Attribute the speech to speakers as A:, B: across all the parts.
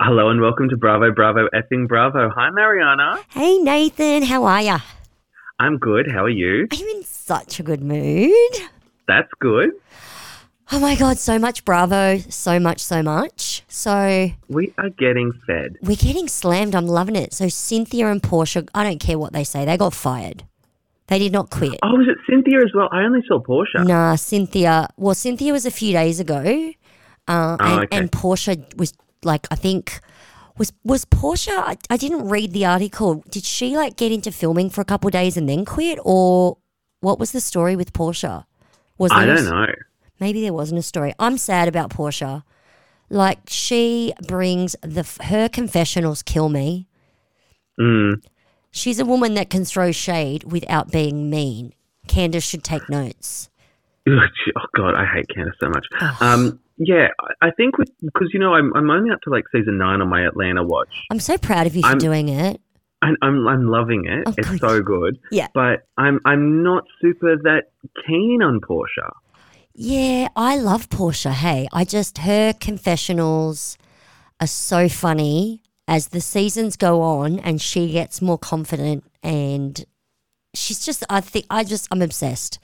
A: Hello and welcome to Bravo, Bravo, effing Bravo. Hi, Mariana.
B: Hey Nathan, how are ya?
A: I'm good. How are you?
B: Are you in such a good mood?
A: That's good.
B: Oh my god, so much bravo, so much, so much. So
A: We are getting fed.
B: we're getting slammed, I'm loving it. So Cynthia and Portia, I don't care what they say, they got fired. They did not quit.
A: Oh, was it Cynthia as well? I only saw Portia.
B: Nah, Cynthia. Well, Cynthia was a few days ago, uh, and,
A: Oh, okay.
B: and Portia was like, I think was was Portia. I, I didn't read the article. Did she like get into filming for a couple of days and then quit, or what was the story with Portia? Was
A: I
B: there a
A: don't
B: s-
A: know.
B: Maybe there wasn't a story. I'm sad about Portia. Like she brings the f- her confessionals kill me.
A: Mm,
B: She's a woman that can throw shade without being mean. Candace should take notes.
A: Ugh, gee, Oh, God, I hate Candace so much.
B: Oh.
A: Um, yeah, I- I think because, you know, I'm, I'm only up to like season nine on my Atlanta watch.
B: I'm so proud of you for
A: I'm-
B: doing it.
A: And I'm, I'm loving it.
B: Oh,
A: it's
B: good.
A: so good.
B: Yeah.
A: But I'm, I'm not super that keen on Portia.
B: Yeah, I love Portia. Hey, I just, her confessionals are so funny as the seasons go on and she gets more confident and she's just, I think, I just, I'm obsessed.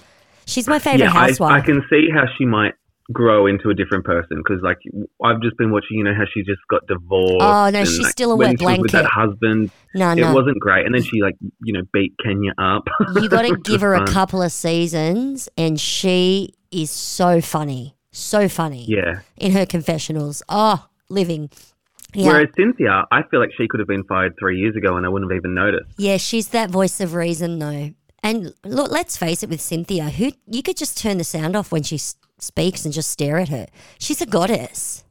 B: She's my favorite
A: yeah, I,
B: housewife.
A: I can see how she might grow into a different person because, like, I've just been watching. You know how she just got divorced.
B: Oh, no,
A: and,
B: she's
A: like,
B: still a
A: when
B: wet
A: she was with that
B: blanket.
A: husband.
B: no,
A: It
B: no.
A: wasn't great, and then she like you know beat Kenya up.
B: you got to give her a
A: fun.
B: couple of seasons and she is so funny. So funny
A: yeah.
B: in her confessionals. Oh, living. Yeah.
A: Whereas Cynthia, I feel like she could have been fired three years ago, and I wouldn't have even noticed.
B: Yeah, she's that voice of reason, though. And look, let's face it, with Cynthia, who you could just turn the sound off when she s- speaks and just stare at her. She's a goddess.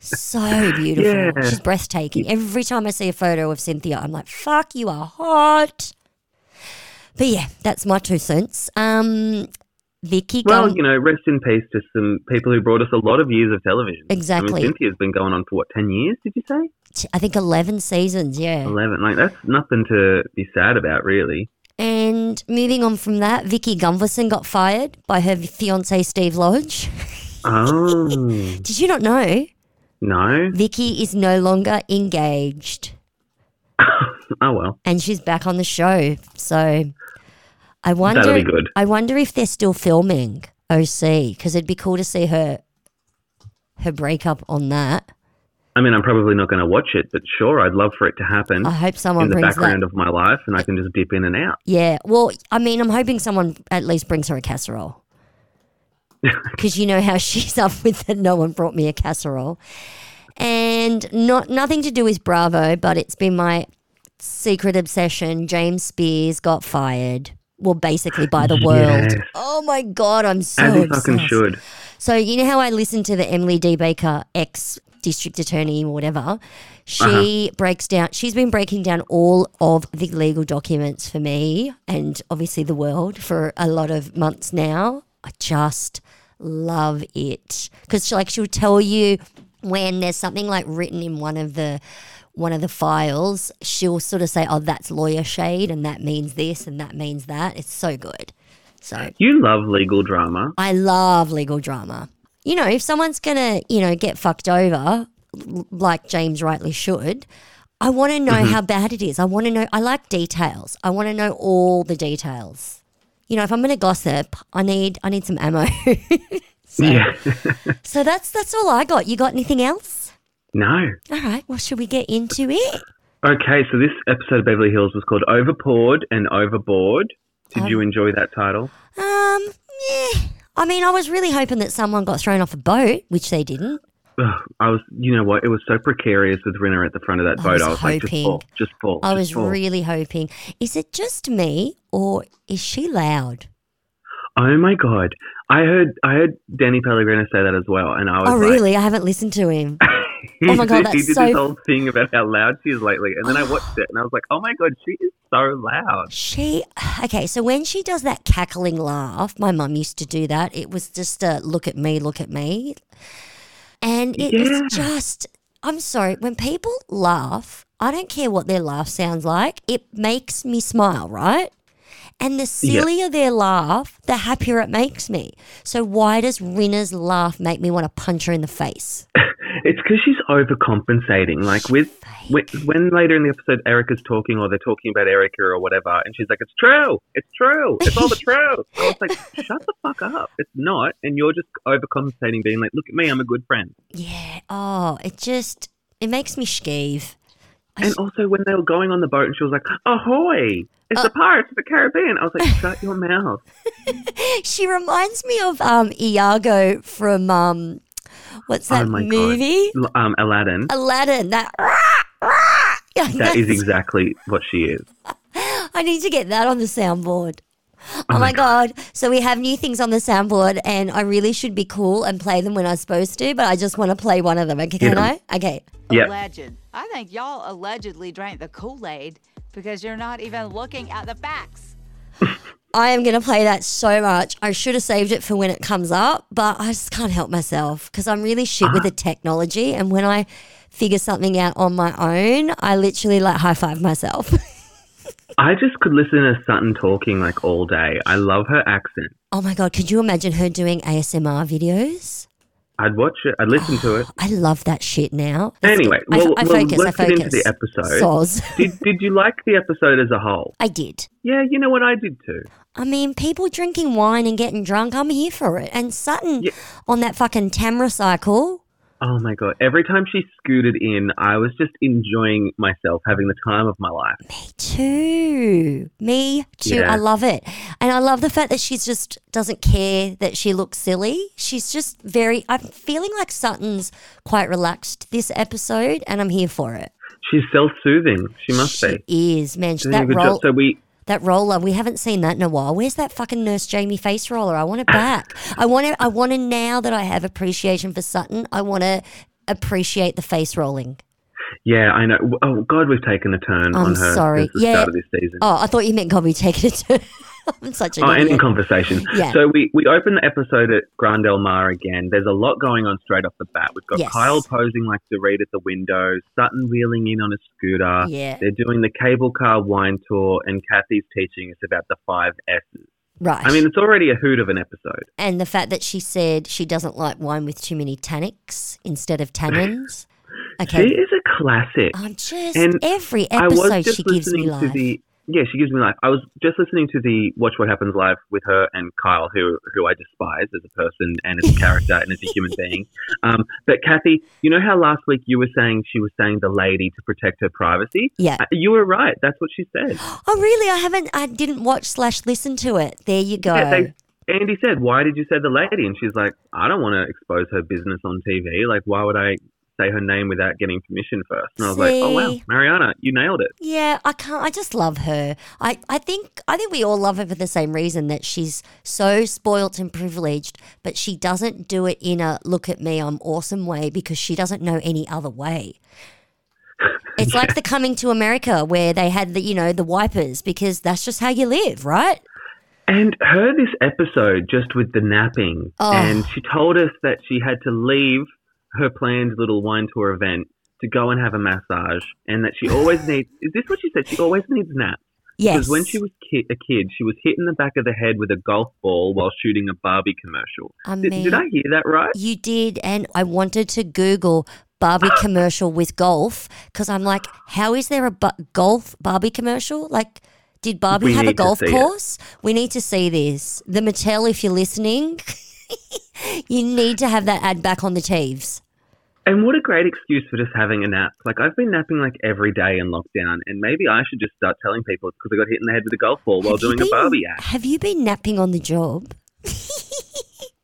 B: so beautiful.
A: Yeah.
B: She's breathtaking. Every time I see a photo of Cynthia, I'm like, "Fuck, you are hot." But yeah, that's my two cents. Um, Vicky,
A: Well,
B: Gum-
A: you know, rest in peace to some people who brought us a lot of years of television. I
B: Exactly.
A: mean, Cynthia's been going on for what ten years? Did you say
B: I think eleven seasons. Yeah.
A: eleven? Like that's nothing to be sad about, really.
B: And moving on from that, Vicky Gunvalson got fired by her fiance Steve Lodge.
A: Oh
B: Did you not know?
A: no!
B: Vicky is no longer engaged
A: Oh well.
B: and she's back on the show. So I wonder
A: That'll be good.
B: I wonder if they're still filming OC because it'd be cool to see her her breakup on that.
A: I mean, I'm probably not going to watch it, but sure, I'd love for it to happen
B: I hope someone
A: in the
B: Oh, brings that.
A: background of my life, and I can just dip in and out.
B: Yeah. Well, I mean, I'm hoping someone at least brings her a casserole. Because you know how she's up with that no one brought me a casserole. And not nothing to do with Bravo, but it's been my secret obsession. James Spears got fired. Well, basically by the
A: Yes.
B: world. Oh my god, I'm so
A: As you
B: obsessed.
A: fucking should.
B: So you know how I listened to the Emily D Baker ex district attorney or whatever. She breaks down. She's been breaking down all of the legal documents for me and obviously the world for a lot of months now. I just love it because she, like she'll tell you when there's something like written in one of the one of the files. She'll sort of say, "Oh, that's lawyer shade, and that means this, and that means that." It's so good. So
A: You love legal drama.
B: I love legal drama. You know, if someone's going to, you know, get fucked over, l- like James rightly should, I want to know how bad it is. I want to know, I like details. I want to know all the details. You know, if I'm going to gossip, I need, I need some ammo. so,
A: Yeah.
B: so that's, that's all I got. You got anything else?
A: no.
B: All right. Well, should we get into it?
A: Okay, so this episode of Beverly Hills was called Overpoured and Overboard. Did
B: Um,
A: you enjoy that title?
B: Um, yeah. I mean, I was really hoping that someone got thrown off a boat, which they didn't.
A: Ugh, I was, you know what? It was so precarious with Rinna at the front of that
B: I
A: boat.
B: was
A: I was like, just
B: hoping.
A: fall, just fall.
B: I
A: just
B: was
A: fall.
B: really hoping. Is it just me or is she loud?
A: Oh my god! I heard, I heard Danny Pellegrino say that as well, and I was
B: Oh,
A: like,
B: really? I haven't listened to him.
A: He
B: Oh my God,
A: did- he
B: that's
A: did
B: so-
A: this whole thing about how loud she is lately, and then I watched it and I was like, "Oh my god, she is so loud."
B: She, okay, so when she does that cackling laugh, my mum used to do that. It was just a look at me, look at me. And it was
A: Yeah.
B: just, I'm sorry, when people laugh, I don't care what their laugh sounds like, it makes me smile, right? And the sillier their laugh, the happier it makes me. So why does Rinna's laugh make me want to punch her in the face?
A: It's because she's overcompensating. Like with when, when later in the episode Erica's talking or they're talking about Erica or whatever, and she's like, "It's true, it's true, it's all the truth." I was like, "Shut the fuck up! It's not." And you're just overcompensating, being like, "Look at me, I'm a good friend."
B: Yeah. Oh, it just it makes me skeeve. I
A: And
B: s-
A: also when they were going on the boat, and she was like, "Ahoy!" It's
B: Uh
A: the Pirates of the Caribbean. I was like, shut your mouth.
B: she reminds me of um Iago from um what's
A: Oh
B: that
A: my God.
B: movie?
A: L- Um, Aladdin.
B: Aladdin. That. Yeah,
A: That is
B: that's-
A: exactly what she is.
B: I need to get that on the soundboard. Oh, my god. So we have new things on the soundboard and I really should be cool and play them when I'm supposed to, but I just want to play one of them. Okay,
A: Hit
B: can
A: 'em.
B: I? Okay.
A: Yeah.
C: Alleged. I think y'all allegedly drank the Kool Aid because you're not even looking at the facts.
B: I am going to play that so much. I should have saved it for when it comes up, but I just can't help myself because I'm really shit
A: Uh-huh.
B: with the technology. And when I figure something out on my own, I literally like high five myself.
A: I just could listen to Sutton talking like all day. I love her accent.
B: oh my God, could you imagine her doing ASMR videos?
A: I'd watch it. I'd listen to it.
B: I love that shit now.
A: Anyway,
B: I,
A: well,
B: I
A: well,
B: focus,
A: let's
B: I
A: get
B: focus.
A: into the episode.
B: Soz.
A: Did, did you like the episode as a whole?
B: I did.
A: Yeah, you know what? I did too.
B: I mean, people drinking wine and getting drunk, I'm here for it. And Sutton
A: Yeah.
B: on that fucking Tamra cycle.
A: Oh my God. Every time she scooted in, I was just enjoying myself, having the time of my life.
B: Me too. Me too.
A: Yeah.
B: I love it. And I love the fact that she's just doesn't care that she looks silly. She's just very, I'm feeling like Sutton's quite relaxed this episode and I'm here for it.
A: She's self soothing. She must
B: she
A: be.
B: is, man. She,
A: Doing a
B: that,
A: good
B: roll,
A: job. So we.
B: that roller, we haven't seen that in a while. Where's that fucking Nurse Jamie face roller? I want it back. I want it, I want to, now that I have appreciation for Sutton, I want to appreciate the face rolling.
A: Yeah, I know. Oh God, we've taken a turn
B: I'm
A: on her
B: sorry.
A: since the
B: Yeah.
A: start of this season.
B: Oh, I thought you meant Gobby taking it to. I'm such an
A: Oh,
B: idiot.
A: ending conversation.
B: Yeah.
A: So we, we open the episode at Grand El Mar again. There's a lot going on straight off the bat. We've got
B: Yes.
A: Kyle posing like the read at the window, Sutton wheeling in on a scooter.
B: Yeah.
A: They're doing the cable car wine tour, and Kathy's teaching us about the five S's.
B: right.
A: I mean, it's already a hoot of an episode.
B: and the fact that she said she doesn't like wine with too many tannics instead of tannins. Okay.
A: She is a classic.
B: I'm just
A: And
B: every episode she gives me
A: to
B: life.
A: the yeah, she gives me life. I was just listening to the Watch What Happens live with her and Kyle, who who I despise as a person and as a character and as a human being. Um, but Kathy, you know how last week you were saying she was saying the lady to protect her privacy.
B: Yeah.
A: Uh, you were right. That's what she said.
B: Oh, really? I haven't. I didn't watch slash listen to it. There you go.
A: Yeah, they- Andy said, "Why did you say the lady?" And she's like, "I don't want to expose her business on TV. Like, why would I?" Say her name without getting permission first, and I was like, "Oh wow,
B: See?
A: Mariana, you nailed it."
B: Yeah, I can't. I just love her. I, I think I think we all love her for the same reason that she's so spoilt and privileged, but she doesn't do it in a look at me, I'm awesome way because she doesn't know any other way. It's like the coming to America where they had the you know the wipers because that's just how you live, right?
A: And her this episode just with the napping,
B: Oh.
A: and she told us that she had to leave her planned little wine tour event to go and have a massage, and that she always needs. Is this what she said? She always needs naps
B: Yes.
A: because when she was ki- a kid, she was hit in the back of the head with a golf ball while shooting a Barbie commercial.
B: I
A: Did- did
B: mean-
A: I hear that right?
B: You did, and I wanted to Google Barbie commercial with golf because I'm like, how is there a bu- golf Barbie commercial? Like, did Barbie
A: We
B: have a
A: need to
B: golf
A: see it.
B: course? We need to see this. The Mattel, if you're listening, you need to have that ad back on the Teves.
A: And what a great excuse for just having a nap. Like, I've been napping like every day in lockdown, and maybe I should just start telling people it's because I got hit in the head with a golf ball while
B: Have you
A: doing
B: been-
A: a Barbie act.
B: Have you been napping on the job?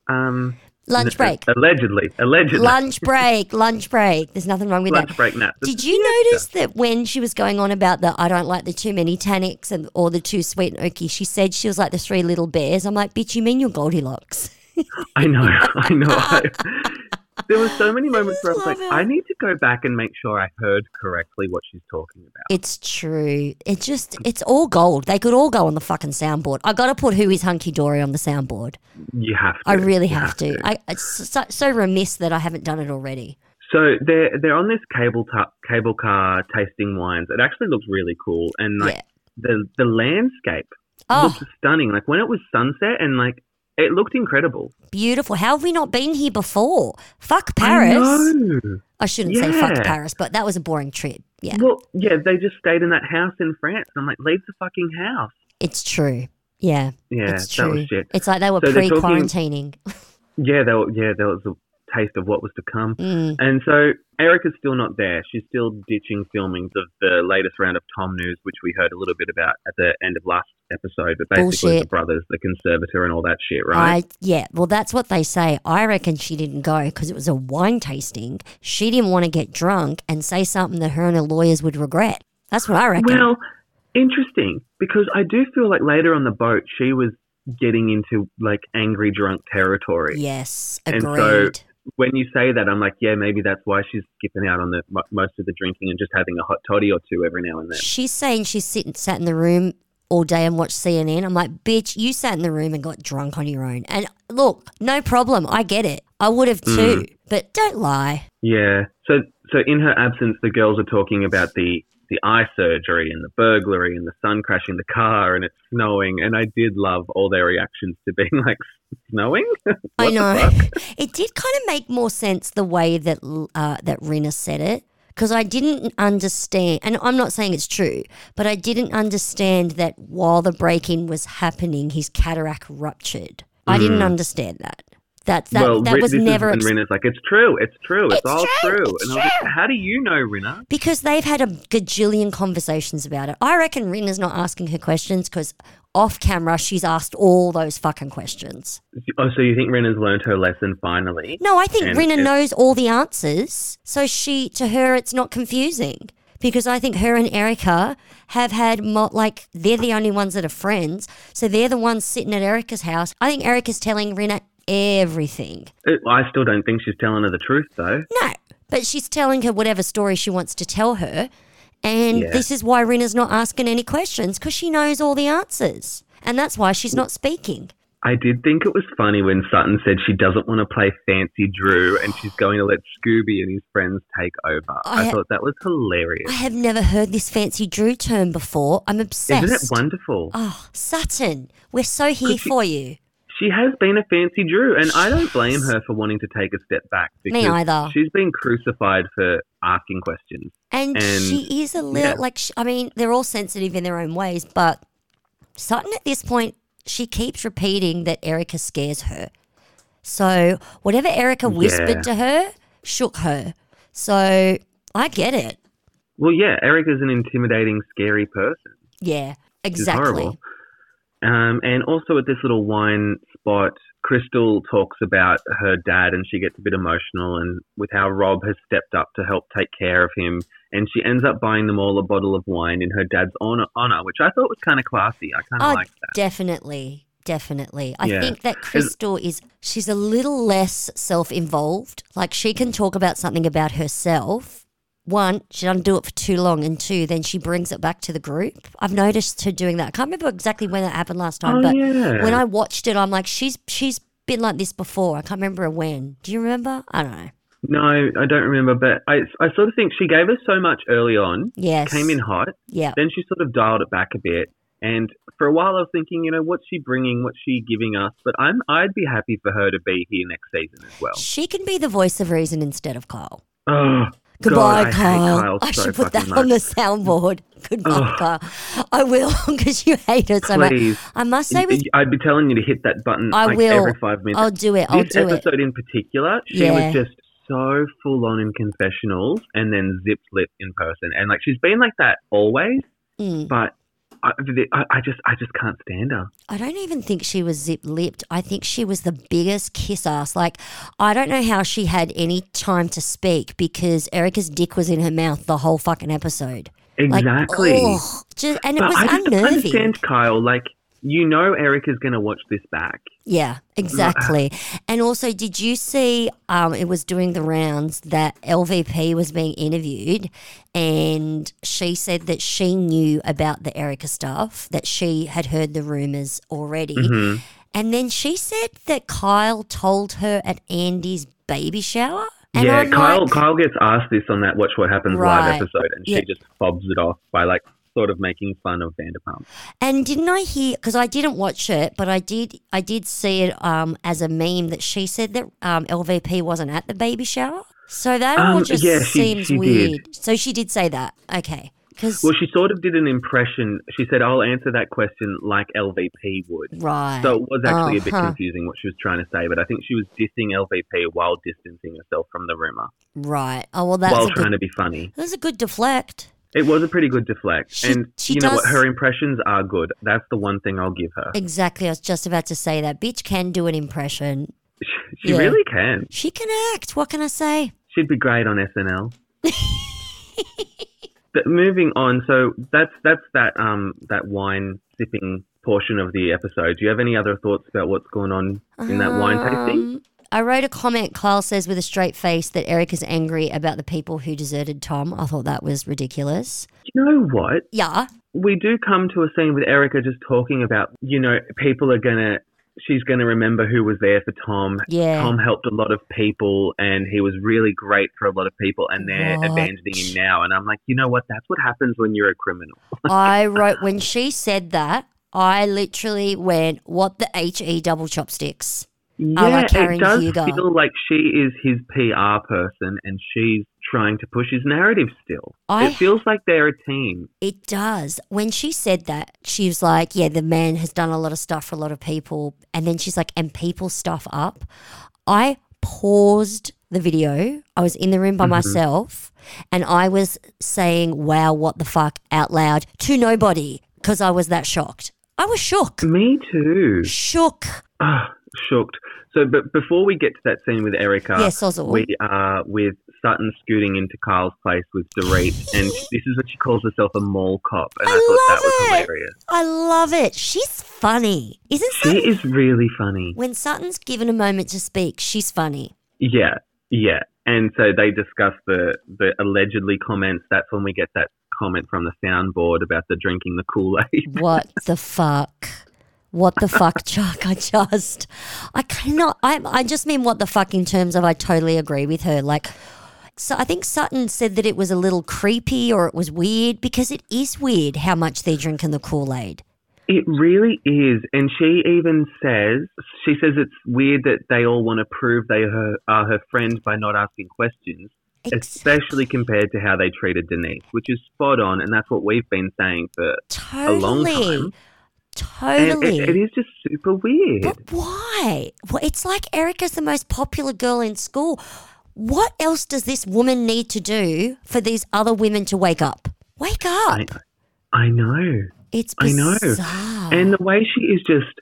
A: Um,
B: Lunch break.
A: Allegedly. Allegedly.
B: lunch break. Lunch break. There's nothing wrong with that.
A: lunch break nap.
B: Did you notice that when she was going on about the I don't like the too many tannics and or the too sweet and oaky, she said she was like the three little bears. I'm like, bitch, you mean you're Goldilocks?
A: I know, I know. I, there were so many moments where I was like,
B: love it.
A: I need to go back and make sure I heard correctly what she's talking about.
B: It's true. It just it's all gold. They could all go on the fucking soundboard. I gotta put who is hunky dory on the soundboard.
A: You have to.
B: I really
A: you
B: have to. I it's so, so remiss that I haven't done it already.
A: So they're they're on this cable ta- cable car tasting wines. It actually looks really cool, and like
B: Yeah.
A: the the landscape
B: Oh.
A: looks stunning. Like when it was sunset, and like It looked incredible.
B: Beautiful. How have we not been here before? Fuck Paris.
A: I know.
B: I shouldn't say fuck
A: Yeah.
B: Paris, but that was a boring trip. Yeah,
A: Well, yeah, they just stayed in that house in France. I'm like, leave the fucking house.
B: it's true. Yeah,
A: Yeah,
B: it's
A: that
B: true.
A: was shit.
B: It's like they were
A: So they're talking-
B: pre-quarantining.
A: Yeah, there, were- yeah, there was a taste of what was to come.
B: Mm.
A: And so Erica's still not there. She's still ditching filmings of the latest round of Tom News, which we heard a little bit about at the end of last episode. But basically,
B: Bullshit.
A: the brothers, the conservator, and all that shit, right?
B: I yeah. Well, that's what they say. I reckon she didn't go because it was a wine tasting. She didn't want to get drunk and say something that her and her lawyers would regret. That's what I reckon.
A: Well, interesting because I do feel like later on the boat, she was getting into like angry drunk territory.
B: yes,
A: and so-
B: agreed.
A: When you say that, I'm like, yeah, maybe that's why she's skipping out on the mo- most of the drinking and just having a hot toddy or two every now and then.
B: She's saying she's sitting sat in the room all day and watched CNN. I'm like, bitch, you sat in the room and got drunk on your own. And look, no problem. I get it. I would have too.
A: Mm.
B: But don't lie.
A: Yeah. So so in her absence, the girls are talking about the the eye surgery and the burglary and the sun crashing the car and it's snowing. And I did love all their reactions to being like snowing.
B: I
A: What the
B: know. It did kind of make more sense the way that uh, that Rena said it because I didn't understand, and I'm not saying it's true, but I didn't understand that while the break-in was happening, his cataract ruptured. I didn't understand that. That that,
A: Hmm. well,
B: that
A: Ri-
B: was
A: this
B: never
A: Is, and
B: ex-
A: Rinna's like, it's true, it's true, it's,
B: It's
A: all
B: true,
A: true.
B: it's
A: and I was like, how do you know, Rinna?
B: Because they've had a gajillion conversations about it. I reckon Rinna's not asking her questions because off camera she's asked all those fucking questions.
A: Oh, so you think Rinna's learned her lesson finally?
B: No, I think
A: And
B: Rinna
A: it-
B: knows all the answers. So she, to her, it's not confusing because I think her and Erica have had mo- like they're the only ones that are friends. So they're the ones sitting at Erica's house. I think Erica's telling Rinna everything.
A: It- Uh, I still don't think she's telling her the truth, though.
B: No, but she's telling her whatever story she wants to tell her. And
A: Yeah.
B: this is why Rinna's not asking any questions because she knows all the answers. And that's why she's not speaking.
A: I did think it was funny when Sutton said she doesn't want to play Fancy Drew and she's going to let Scooby and his friends take over. I,
B: I-
A: thought that was hilarious.
B: I have never heard this fancy Drew term before. I'm obsessed.
A: Isn't it wonderful?
B: Oh, Sutton, we're so here
A: Could you-
B: for you.
A: She has been a Fancy Drew, and I don't blame her for wanting to take a step back because
B: either.
A: she's been crucified for asking questions.
B: And,
A: And-
B: she is a
A: yeah.
B: little, like, sh I mean, they're all sensitive in their own ways, but Sutton at this point, she keeps repeating that Erica scares her. So whatever Erica whispered
A: Yeah.
B: to her shook her. So I get it.
A: Well, yeah, Erica's an intimidating, scary person.
B: Yeah,
A: She's
B: exactly.
A: horrible. Um, and also at this little wine spot, Crystal talks about her dad, and she gets a bit emotional, and with how Rob has stepped up to help take care of him. And she ends up buying them all a bottle of wine in her dad's honor, honor which I thought was kind of classy. I kind of
B: Oh,
A: like that.
B: definitely. Definitely. I
A: Yeah.
B: think that Crystal is, she's a little less self involved. Like, she
A: Mm.
B: can talk about something about herself. One, she doesn't do it for too long. And two, then she brings it back to the group. I've noticed her doing that. I can't remember exactly when that happened last time,
A: Oh,
B: but
A: yeah.
B: when I watched it, I'm like, she's she's been like this before. I can't remember when. Do you remember? I don't know.
A: No, I don't remember, but I, I sort of think she gave us so much early on,
B: Yes.
A: came in hot,
B: Yeah.
A: then she sort of dialed it back a bit. And for a while, I was thinking, you know, what's she bringing? What's she giving us? But I'm, I'd be happy for her to be here next season as well.
B: She can be the voice of reason instead of Kyle.
A: Oh,
B: Goodbye,
A: God, I hate
B: Kyle.
A: Kyle
B: I
A: so
B: should put that
A: fucking
B: on the
A: much.
B: soundboard. Goodbye,
A: Ugh.
B: Kyle. I will because you hate it so much.
A: Please.
B: I must say, with
A: I'd be telling you to hit that button
B: I
A: like
B: will.
A: every five minutes.
B: I'll do it. I'll
A: this
B: do it.
A: episode in particular, she
B: Yeah.
A: was just so full on in confessionals and then zipped lip in person. And like she's been like that always,
B: Mm.
A: but I, the- I, I just I just can't stand her.
B: I don't even think she was zip lipped. I think she was the biggest kiss ass. Like, I don't know how she had any time to speak because Erica's dick was in her mouth the whole fucking episode. Like, oh,
A: Exactly.
B: ugh, just, and it
A: but
B: was
A: I just don't
B: unnerving.
A: understand Kyle. Like you know, Erica's going to watch this back.
B: Yeah, exactly. And also, did you see um, it was doing the rounds that LVP was being interviewed and she said that she knew about the Erica stuff, that she had heard the rumors already.
A: Mm-hmm.
B: And then she said that Kyle told her at Andy's baby shower. And
A: yeah,
B: I'm
A: Kyle.
B: like,
A: Kyle gets asked this on that Watch What Happens
B: Right.
A: Live episode, and
B: Yeah.
A: she just fobs it off by like sort of making fun of Vanderpump.
B: And didn't I hear? Because I didn't watch it, but I did. I did see it um, as a meme that she said that um, LVP wasn't at the baby shower. So that all
A: Um,
B: just
A: yeah, she-
B: seems
A: she did.
B: weird. So she did say that. Okay. Because
A: Well, she sort of did an impression. She said, "I'll answer that question like LVP would."
B: right.
A: So it was actually
B: Oh,
A: a bit
B: huh.
A: confusing what she was trying to say, but I think she was dissing LVP while distancing herself from the rumor
B: right. Oh well, that's
A: while
B: a
A: trying
B: good.
A: to be funny.
B: That's a good deflect.
A: It was a pretty good deflect,
B: She-
A: and
B: she
A: you know what?
B: does-
A: Her impressions are good. That's the one thing I'll give her.
B: Exactly. I was just about to say that. Bitch can do an impression.
A: She
B: yeah.
A: really can.
B: She can act. What can I say?
A: She'd be great on SNL. but moving on, so that's that's that um that wine sipping portion of the episode. Do you have any other thoughts about what's going on in that wine tasting?
B: Um, I wrote a comment. Kyle says with a straight face that Eric is angry about the people who deserted Tom. I thought that was ridiculous.
A: You know what?
B: Yeah.
A: We do come to a scene with Erica just talking about you know people are gonna she's gonna remember who was there for Tom.
B: Yeah.
A: Tom helped a lot of people and he was really great for a lot of people and they're
B: What?
A: abandoning him now. And I'm like, you know what? That's what happens when you're a criminal.
B: I wrote when she said that. I literally went, "What the h e double chopsticks?"
A: Yeah,
B: I like Karen
A: it does
B: Hugo.
A: feel like she is his PR person and she's trying to push his narrative still.
B: I-
A: It feels like they're a team.
B: It does. When she said that, she was like, Yeah, the man has done a lot of stuff for a lot of people. And then she's like, And people stuff up. I paused the video. I was in the room by myself and I was saying, Wow, what the fuck out loud to nobody because I was that shocked. I was shook.
A: Me too.
B: Shook.
A: Ah, shocked. So, but before we get to that scene with Erica,
B: Yes, Ozzle.
A: we are with Sutton scooting into Carl's place with Dorit, and this is what she calls herself a mall cop, and I, thought that was
B: love it.
A: hilarious.
B: I love it. She's funny. Isn't Sutton?
A: She is really funny.
B: When Sutton's given a moment to speak, she's funny.
A: Yeah, yeah. And so they discuss the, the allegedly comments. That's when we get that comment from the soundboard about the drinking the Kool Aid.
B: What the fuck? What the fuck, Chuck? I just, I cannot. I, I just mean what the fuck in terms of I totally agree with her. Like, so I think Sutton said that it was a little creepy or it was weird because it is weird how much they're drinking the Kool Aid.
A: It really is. And she even says, she says it's weird that they all want to prove they her, are her friend by not asking questions, especially compared to how they treated Denise, which is spot on. And that's what we've been saying for.
B: Totally.
A: long time. And
B: Totally.
A: it, it is just super weird.
B: But why? Well, it's like Erica's the most popular girl in school. What else does this woman need to do for these other women to wake up? Wake up!
A: I, I know.
B: it's
A: I know.
B: bizarre.
A: And the way she is just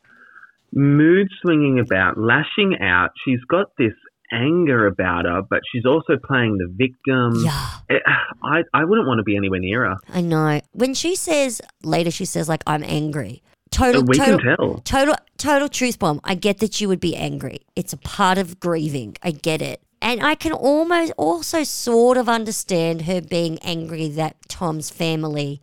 A: mood swinging about, lashing out. She's got this anger about her, but she's also playing the victim.
B: yeah,
A: Eh, I, I wouldn't want to be anywhere near her.
B: I know. When she says later, she says like I'm angry. Total,
A: we
B: total,
A: can tell.
B: total, total truth bomb. I get that you would be angry. It's a part of grieving. I get it. And I can almost also sort of understand her being angry that Tom's family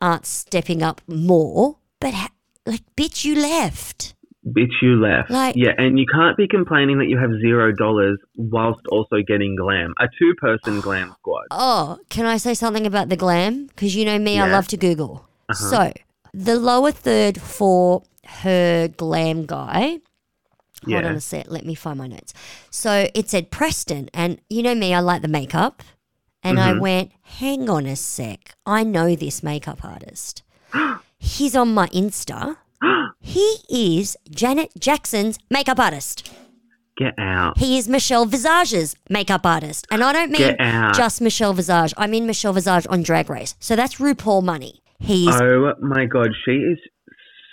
B: aren't stepping up more. But ha- like, bitch, you left.
A: Bitch, you left.
B: Like-
A: yeah, and you can't be complaining that you have zero dollars whilst also getting glam. A two person glam squad.
B: Oh, can I say something about the glam? Because you know me, I
A: Yeah. Uh-huh.
B: love to Google. So the lower third for her glam guy Hold on
A: Yeah.
B: a sec. Let me find my notes. So it said Preston, and you know me, I like the makeup. And I
A: Mm-hmm.
B: went, hang on a sec. I know this makeup artist. He's on my Insta. he is Janet Jackson's makeup artist.
A: Get out.
B: He is Michelle Visage's makeup artist. And I don't mean
A: Get out.
B: just Michelle Visage. I mean Michelle Visage on Drag Race. So that's RuPaul money. He's
A: Oh my god, she is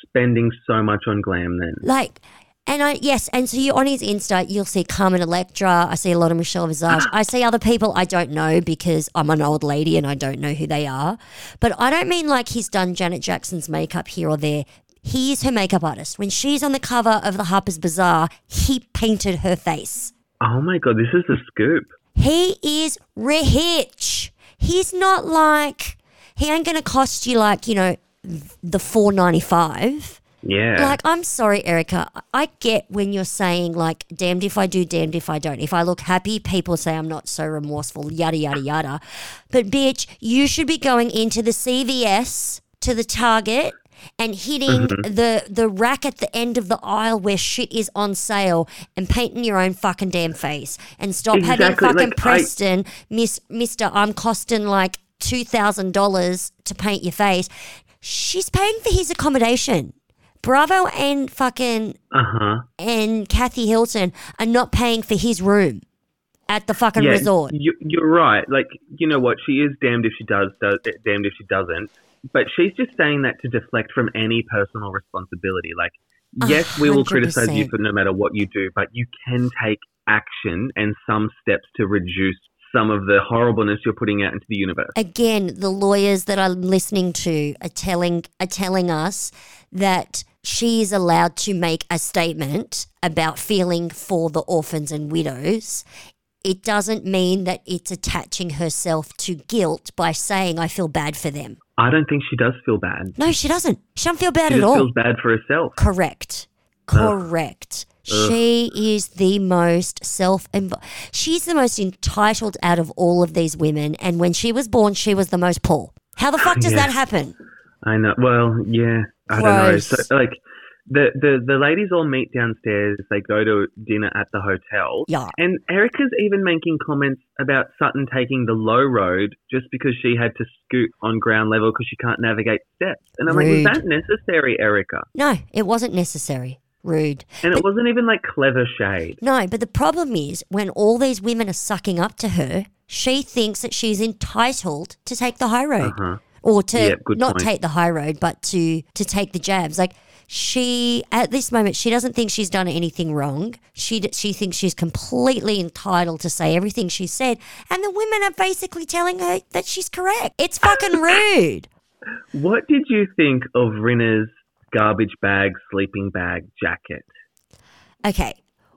A: spending so much on glam then.
B: Like, and I yes, and so you on his Insta, you'll see Carmen Electra. I see a lot of Michelle Visage. I see other people I don't know because I'm an old lady and I don't know who they are. But I don't mean like he's done Janet Jackson's makeup here or there. He is her makeup artist. When she's on the cover of the Harper's Bazaar, he painted her face.
A: Oh my god, this is the scoop.
B: He is rich. He's not like he ain't gonna cost you like you know the four ninety five.
A: Yeah.
B: Like, I'm sorry, Erica. I get when you're saying, like, damned if I do, damned if I don't. If I look happy, people say I'm not so remorseful, yada, yada, yada. But, bitch, you should be going into the CVS to the Target and hitting the, the rack at the end of the aisle where shit is on sale and painting your own fucking damn face and stop having
A: Exactly,
B: fucking
A: like, I-
B: Preston, Miss, Mr. I'm costing like $2,000 to paint your face. She's paying for his accommodation. Bravo and fucking
A: uh huh.
B: and Kathy Hilton are not paying for his room at the fucking resort.
A: You, you're right. Like you know what, she is damned if she does, does, damned if she doesn't. But she's just saying that to deflect from any personal responsibility. Like, yes, we will criticize you
B: 100%.
A: for no matter what you do, but you can take action and some steps to reduce some of the horribleness you're putting out into the universe.
B: Again, the lawyers that I'm listening to are telling are telling us that she is allowed to make a statement about feeling for the orphans and widows. It doesn't mean that it's attaching herself to guilt by saying I feel bad for them.
A: I don't think she does feel bad.
B: No, she doesn't. She doesn't feel bad
A: She
B: at
A: just
B: all.
A: feels bad for herself.
B: Correct. Correct. She is the most self she's the most entitled out of all of these women and when she was born she was the most poor. How the fuck does
A: Yeah.
B: that happen?
A: I know. Well, yeah, I don't know.
B: Gross.
A: So, like, the, the the ladies all meet downstairs. They go to dinner at the hotel.
B: Yeah.
A: And Erica's even making comments about Sutton taking the low road just because she had to scoot on ground level because she can't navigate steps. And I'm
B: Rude.
A: like, is that necessary, Erica?
B: No, it wasn't necessary. Rude.
A: And it wasn't even like clever shade.
B: No, but the problem is when all these women are sucking up to her, she thinks that she's entitled to take the high road.
A: Uh-huh.
B: or to
A: Yeah, good
B: not
A: point.
B: take the high road, but to to take the jabs. Like she, at this moment, she doesn't think she's done anything wrong. She d- she thinks she's completely entitled to say everything she said, and the women are basically telling her that she's correct. It's fucking rude.
A: What did you think of Rinna's garbage bag, sleeping bag jacket?
B: Okay,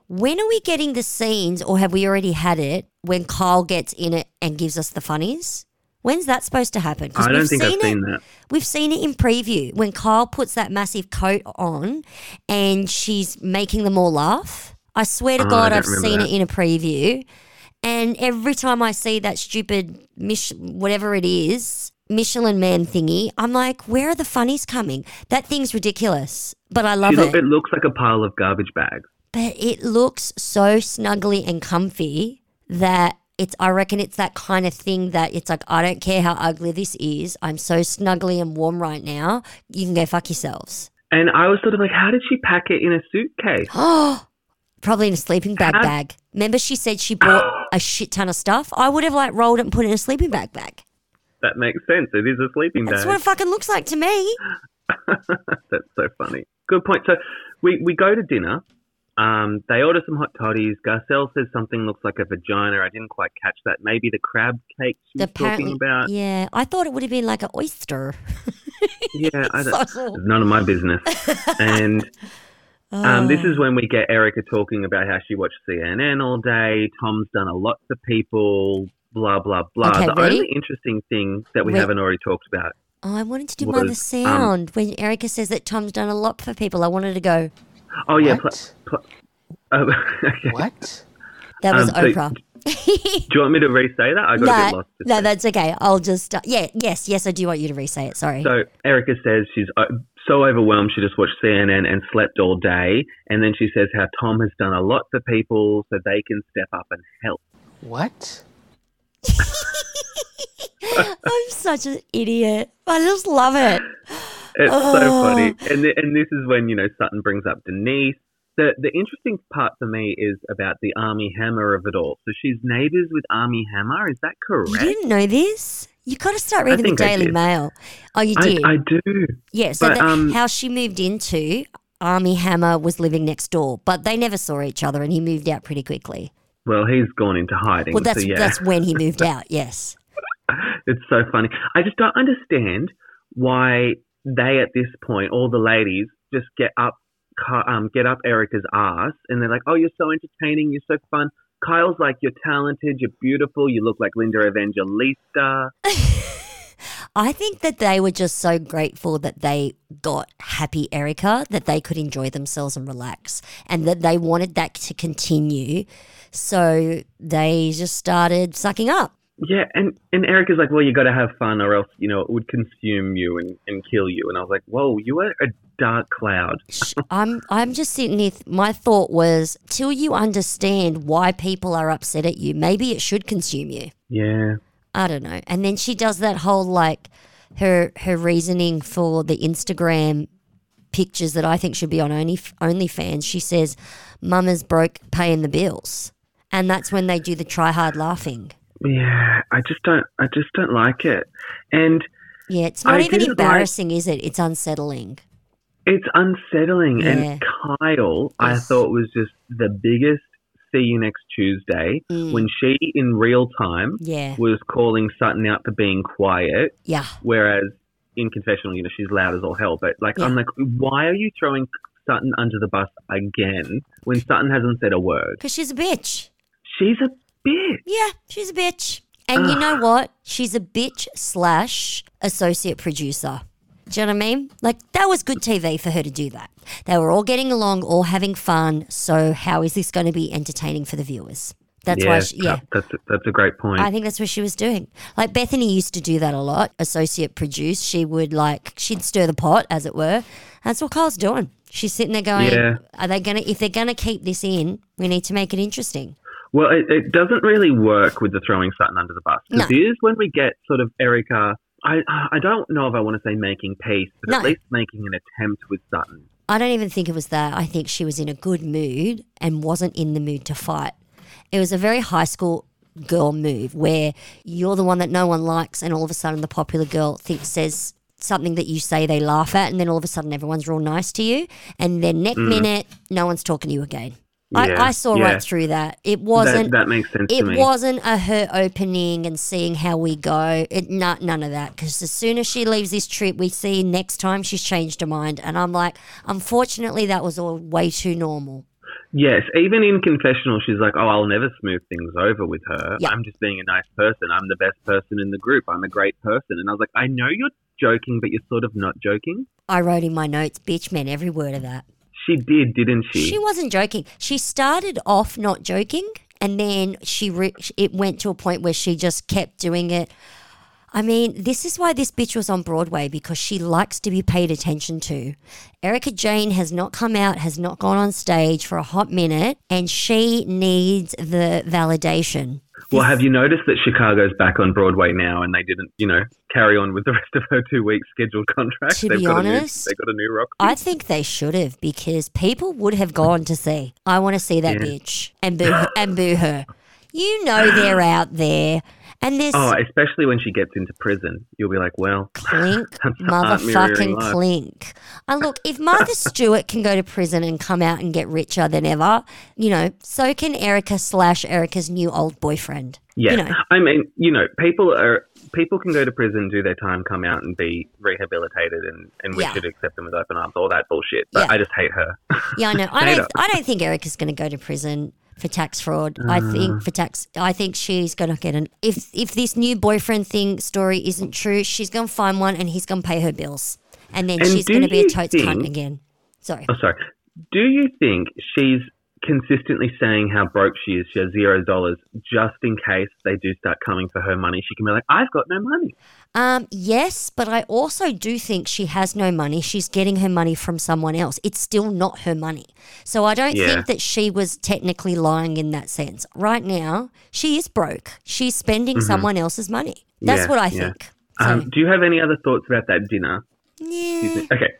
B: when are we getting the scenes, or have we already had it when Kyle gets in it and gives us the funnies? When's that supposed to happen? 'Cause
A: I don't
B: we've
A: think I've
B: seen it-
A: seen that.
B: We've seen it in preview when Kyle puts that massive coat on and she's making them all laugh. I swear to
A: Oh, I
B: God,
A: don't
B: I've
A: remember
B: seen
A: that.
B: it in a preview. And every time I see that stupid Mich- whatever it is, Michelin man thingy, I'm like, where are the funnies coming? That thing's ridiculous, but I love
A: She
B: it.
A: look, it looks like a pile of garbage bags.
B: But it looks so snuggly and comfy that it's, I reckon it's that kind of thing that it's like, I don't care how ugly this is. I'm so snuggly and warm right now. You can go fuck yourselves.
A: And I was sort of like, how did she pack it in a suitcase?
B: Oh, probably in a sleeping bag
A: How-
B: bag. Remember she said she bought a shit ton of stuff? I would have like rolled it and put it in a sleeping bag bag.
A: That makes sense. It is a sleeping
B: That's
A: bag.
B: what it fucking looks like to me.
A: That's so funny. Good point. So we, we go to dinner. Um, they order some hot toddies. Garcelle says something looks like a vagina. I didn't quite catch that. Maybe the crab cake she was
B: Apparently,
A: talking about.
B: yeah, I thought it would have been like an oyster.
A: Yeah, I don't,
B: So-
A: it's none of my business. and um, this
B: Oh.
A: is when we get Erica talking about how she watched CNN all day. Tom's done a lot for people. Blah blah blah.
B: Okay,
A: the
B: ready?
A: only interesting thing that we
B: Wait.
A: haven't already talked about.
B: Oh, I wanted to do
A: was,
B: my other
A: um,
B: sound when Erica says that Tom's done a lot for people. I wanted to go.
A: Oh yeah. Pl-
D: What?
A: pl- um, okay.
D: What?
B: That was
A: Um, so-
B: Oprah.
A: Do you want me to re-say that? I got a bit
B: no,
A: lost. just
B: no,
A: then.
B: that's okay. I'll just uh, yeah, yes, yes. I do want you to re-say it. Sorry.
A: So Erica says she's uh, so overwhelmed she just watched CNN and slept all day, and then she says how Tom has done a lot for people so they can step up and help.
D: What?
B: I'm such an idiot. I just love it.
A: It's so
B: Oh.
A: funny, and th- and this is when you know Sutton brings up Denise. The the interesting part for me is about the Army Hammer of it all. So she's neighbours with Army Hammer. Is that
B: You
A: correct?
B: didn't know this. You got to start reading the
A: think I
B: Daily
A: did.
B: Mail. Oh, you
A: I,
B: did.
A: I do.
B: yeah. So
A: but,
B: that,
A: um,
B: how she moved into Army Hammer was living next door, but they never saw each other, and he moved out pretty quickly.
A: Well, he's gone into hiding.
B: Well, that's
A: so yeah.
B: that's when he moved out. Yes.
A: It's so funny. I just don't understand why they at this point, all the ladies, just get up, Ki- um, get up Erica's ass, and they're like, "Oh, you're so entertaining. You're so fun." Kyle's like, "You're talented. You're beautiful. You look like Linda Evangelista."
B: I think that they were just so grateful that they got happy Erica, that they could enjoy themselves and relax, and that they wanted that to continue. So they just started sucking up.
A: Yeah, and and Erica's like, well, you got to have fun, or else you know it would consume you and, and kill you. And I was like, whoa, you are a dark cloud.
B: Sh- I'm I'm just sitting here. th- My thought was, till you understand why people are upset at you, maybe it should consume you.
A: Yeah,
B: I don't know. And then she does that whole like her her reasoning for the Instagram pictures that I think should be on Only OnlyFans. She says, "Mama's broke, paying the bills," and that's when they do the try hard laughing.
A: yeah. I just don't. I just don't like it. And
B: Yeah, it's not
A: I
B: even
A: didn't like-
B: embarrassing, is it? It's unsettling.
A: It's unsettling.
B: Yeah.
A: And Kyle, I
B: Yes.
A: thought was just the biggest see you next Tuesday
B: Mm.
A: when she, in real time,
B: Yeah,
A: was calling Sutton out for being quiet,
B: yeah,
A: whereas in confessional, you know, she's loud as all hell. But like,
B: Yeah.
A: I'm like, why are you throwing Sutton under the bus again when Sutton hasn't said a word?
B: because she's a bitch.
A: She's a bitch.
B: Yeah, she's a bitch. And you know what? She's a bitch slash associate producer. Do you know what I mean? Like, that was good TV for her to do that. They were all getting along, all having fun. So, how is this going to be entertaining for the viewers? That's why, she, yeah.
A: that- that's a, that's a great point.
B: I think that's what she was doing. Like Bethany used to do that a lot, associate produce. She would like she'd stir the pot, as it were. That's what Carl's doing. She's sitting there going,
A: Yeah.
B: "Are they gonna? If they're gonna keep this in, we need to make it interesting."
A: Well, it, it doesn't really work with the throwing Sutton under the bus.
B: No.
A: Because here's when we get sort of Erica. I I don't know if I want to say making peace, but at
B: No.
A: least making an attempt with Sutton.
B: I don't even think it was that. I think she was in a good mood and wasn't in the mood to fight. It was a very high school girl move where you're the one that no one likes, and all of a sudden the popular girl thinks says something that you say they laugh at, and then all of a sudden everyone's real nice to you, and then next minute no one's talking to you again.
A: Mm. Yeah,
B: I, I saw
A: yeah.
B: right through that. It
A: That,
B: wasn't.
A: that makes sense to
B: it
A: me.
B: wasn't a her opening and seeing how we go. It not none of that because as soon as she leaves this trip, we see next time she's changed her mind, and I'm like, unfortunately, that was all way too normal.
A: yes, even in confessional, she's like, "Oh, I'll never smooth things over with her.
B: Yeah.
A: I'm just being a nice person. I'm the best person in the group. I'm a great person." And I was like, "I know you're joking, but you're sort of not joking."
B: I wrote in my notes, bitch, man, every word of that.
A: She did, didn't she?
B: She wasn't joking. She started off not joking, and then she re- it went to a point where she just kept doing it. I mean, this is why this bitch was on Broadway because she likes to be paid attention to. Erica Jane has not come out, has not gone on stage for a hot minute, and she needs the validation.
A: well, have you noticed that Chicago's back on Broadway now, and they didn't, you know, carry on with the rest of her two-week scheduled contract?
B: To
A: they've
B: be
A: got
B: honest,
A: a new, they've got a new rock.
B: I think they should have because people would have gone to see. I want to see
A: Yeah.
B: that bitch and boo and boo her. You know they're out there, and there's
A: Oh, especially when she gets into prison, you'll be like, "Well,
B: clink,
A: Aunt Miriam
B: motherfucking
A: Love.
B: clink. And look, if Martha Stewart can go to prison and come out and get richer than ever, you know, so can Erica slash Erica's new old boyfriend.
A: yeah."
B: You know,
A: I mean, you know, people are people can go to prison, do their time, come out, and be rehabilitated, and and we
B: Yeah.
A: should accept them with open arms, all that bullshit. But
B: Yeah.
A: I just hate her.
B: yeah, I know. I
A: Straight
B: don't,
A: up.
B: I don't think Erica's going to go to prison for tax fraud. I
A: Mm.
B: think for tax, I think she's going to get an. If if this new boyfriend thing story isn't true, she's going to find one and he's going to pay her bills, and then
A: And
B: she's
A: do
B: going to be a
A: you
B: totes cunt
A: think-
B: again. Sorry.
A: Oh, sorry. Do you think she's consistently saying how broke she is? She has zero dollars, just in case they do start coming for her money. She can be like, "I've got no money."
B: Um, yes, but I also do think she has no money. She's getting her money from someone else. It's still not her money. So I don't
A: Yeah.
B: think that she was technically lying in that sense. Right now, she is broke. She's spending someone else's money. That's
A: Mm-hmm. Yeah,
B: what I
A: yeah.
B: think. So,
A: Um, do you have any other thoughts about that dinner?
B: yeah.
A: Okay,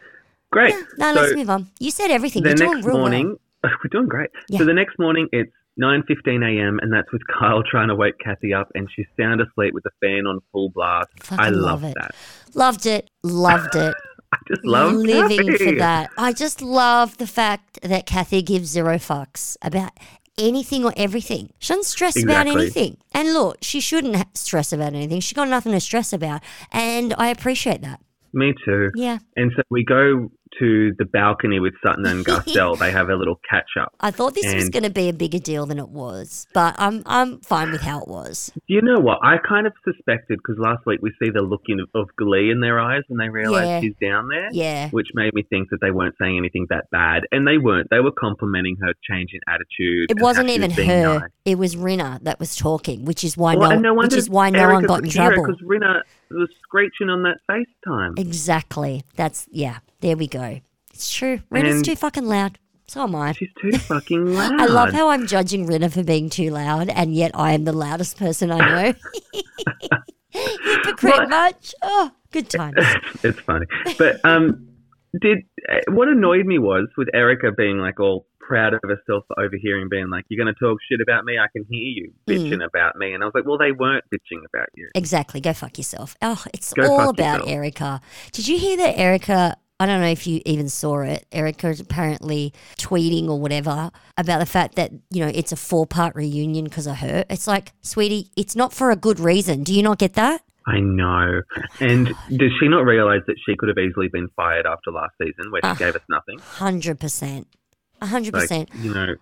A: great.
B: No,
A: So-
B: let's move on. You said everything.
A: the
B: You're doing
A: next
B: real well.
A: morning, we're doing great.
B: Yeah.
A: So the next morning, it's 9:15 a.m. and that's with Kyle trying to wake Kathy up, and she's sound asleep with the fan on full blast. I
B: Fucking love
A: love,
B: it.
A: that.
B: Loved it. Loved it.
A: I just love
B: living for
A: Kathy.
B: that. I just love the fact that Kathy gives zero fucks about anything or everything. She doesn't stress about
A: Exactly.
B: anything. And look, she shouldn't ha- stress about anything. She got nothing to stress about, and I appreciate that.
A: Me too.
B: Yeah.
A: And so we go to the balcony with Sutton and Garcelle. they have a little catch up.
B: I thought this was
A: And-
B: going to be a bigger deal than it was, but I'm I'm fine with how it was.
A: You know what? I kind of suspected because last week we see the look in, of glee in their eyes when they realize
B: Yeah.
A: she's down there,
B: Yeah.
A: which made me think that they weren't saying anything that bad, and they weren't. They were complimenting her change in attitude.
B: It
A: and how
B: wasn't
A: she was
B: even
A: being
B: her.
A: nice.
B: It was Rinna that was talking, which is why
A: Well,
B: no,
A: and no
B: which
A: wonder
B: is why no one got in trouble.
A: because Rina was screeching on that FaceTime.
B: Exactly. That's yeah. There we go. It's true. Rinna's
A: And-
B: too fucking loud. So am I.
A: She's too fucking loud.
B: I love how I'm judging Rinna for being too loud, and yet I am the loudest person I know. Hypocrite
A: What?
B: much? Oh, good times.
A: it's funny. But um, did eh, what annoyed me was with Erica being like all proud of herself for overhearing, being like, "You're going to talk shit about me. I can hear you
B: Hmm.
A: bitching about me." And I was like, "Well, they weren't bitching about you."
B: Exactly. Go fuck yourself. Oh, it's
A: Go
B: all
A: fuck
B: about
A: yourself.
B: Erica. Did you hear that Erica? I don't know if you even saw it. Erica is apparently tweeting or whatever about the fact that, you know, it's a four part reunion because of her. It's like, sweetie, it's not for a good reason. Do you not get that?
A: I know. And does she not realize that she could have easily been fired after last season, where she
B: Ah.
A: gave us nothing?
B: 100%. 100%.
A: Like, you know,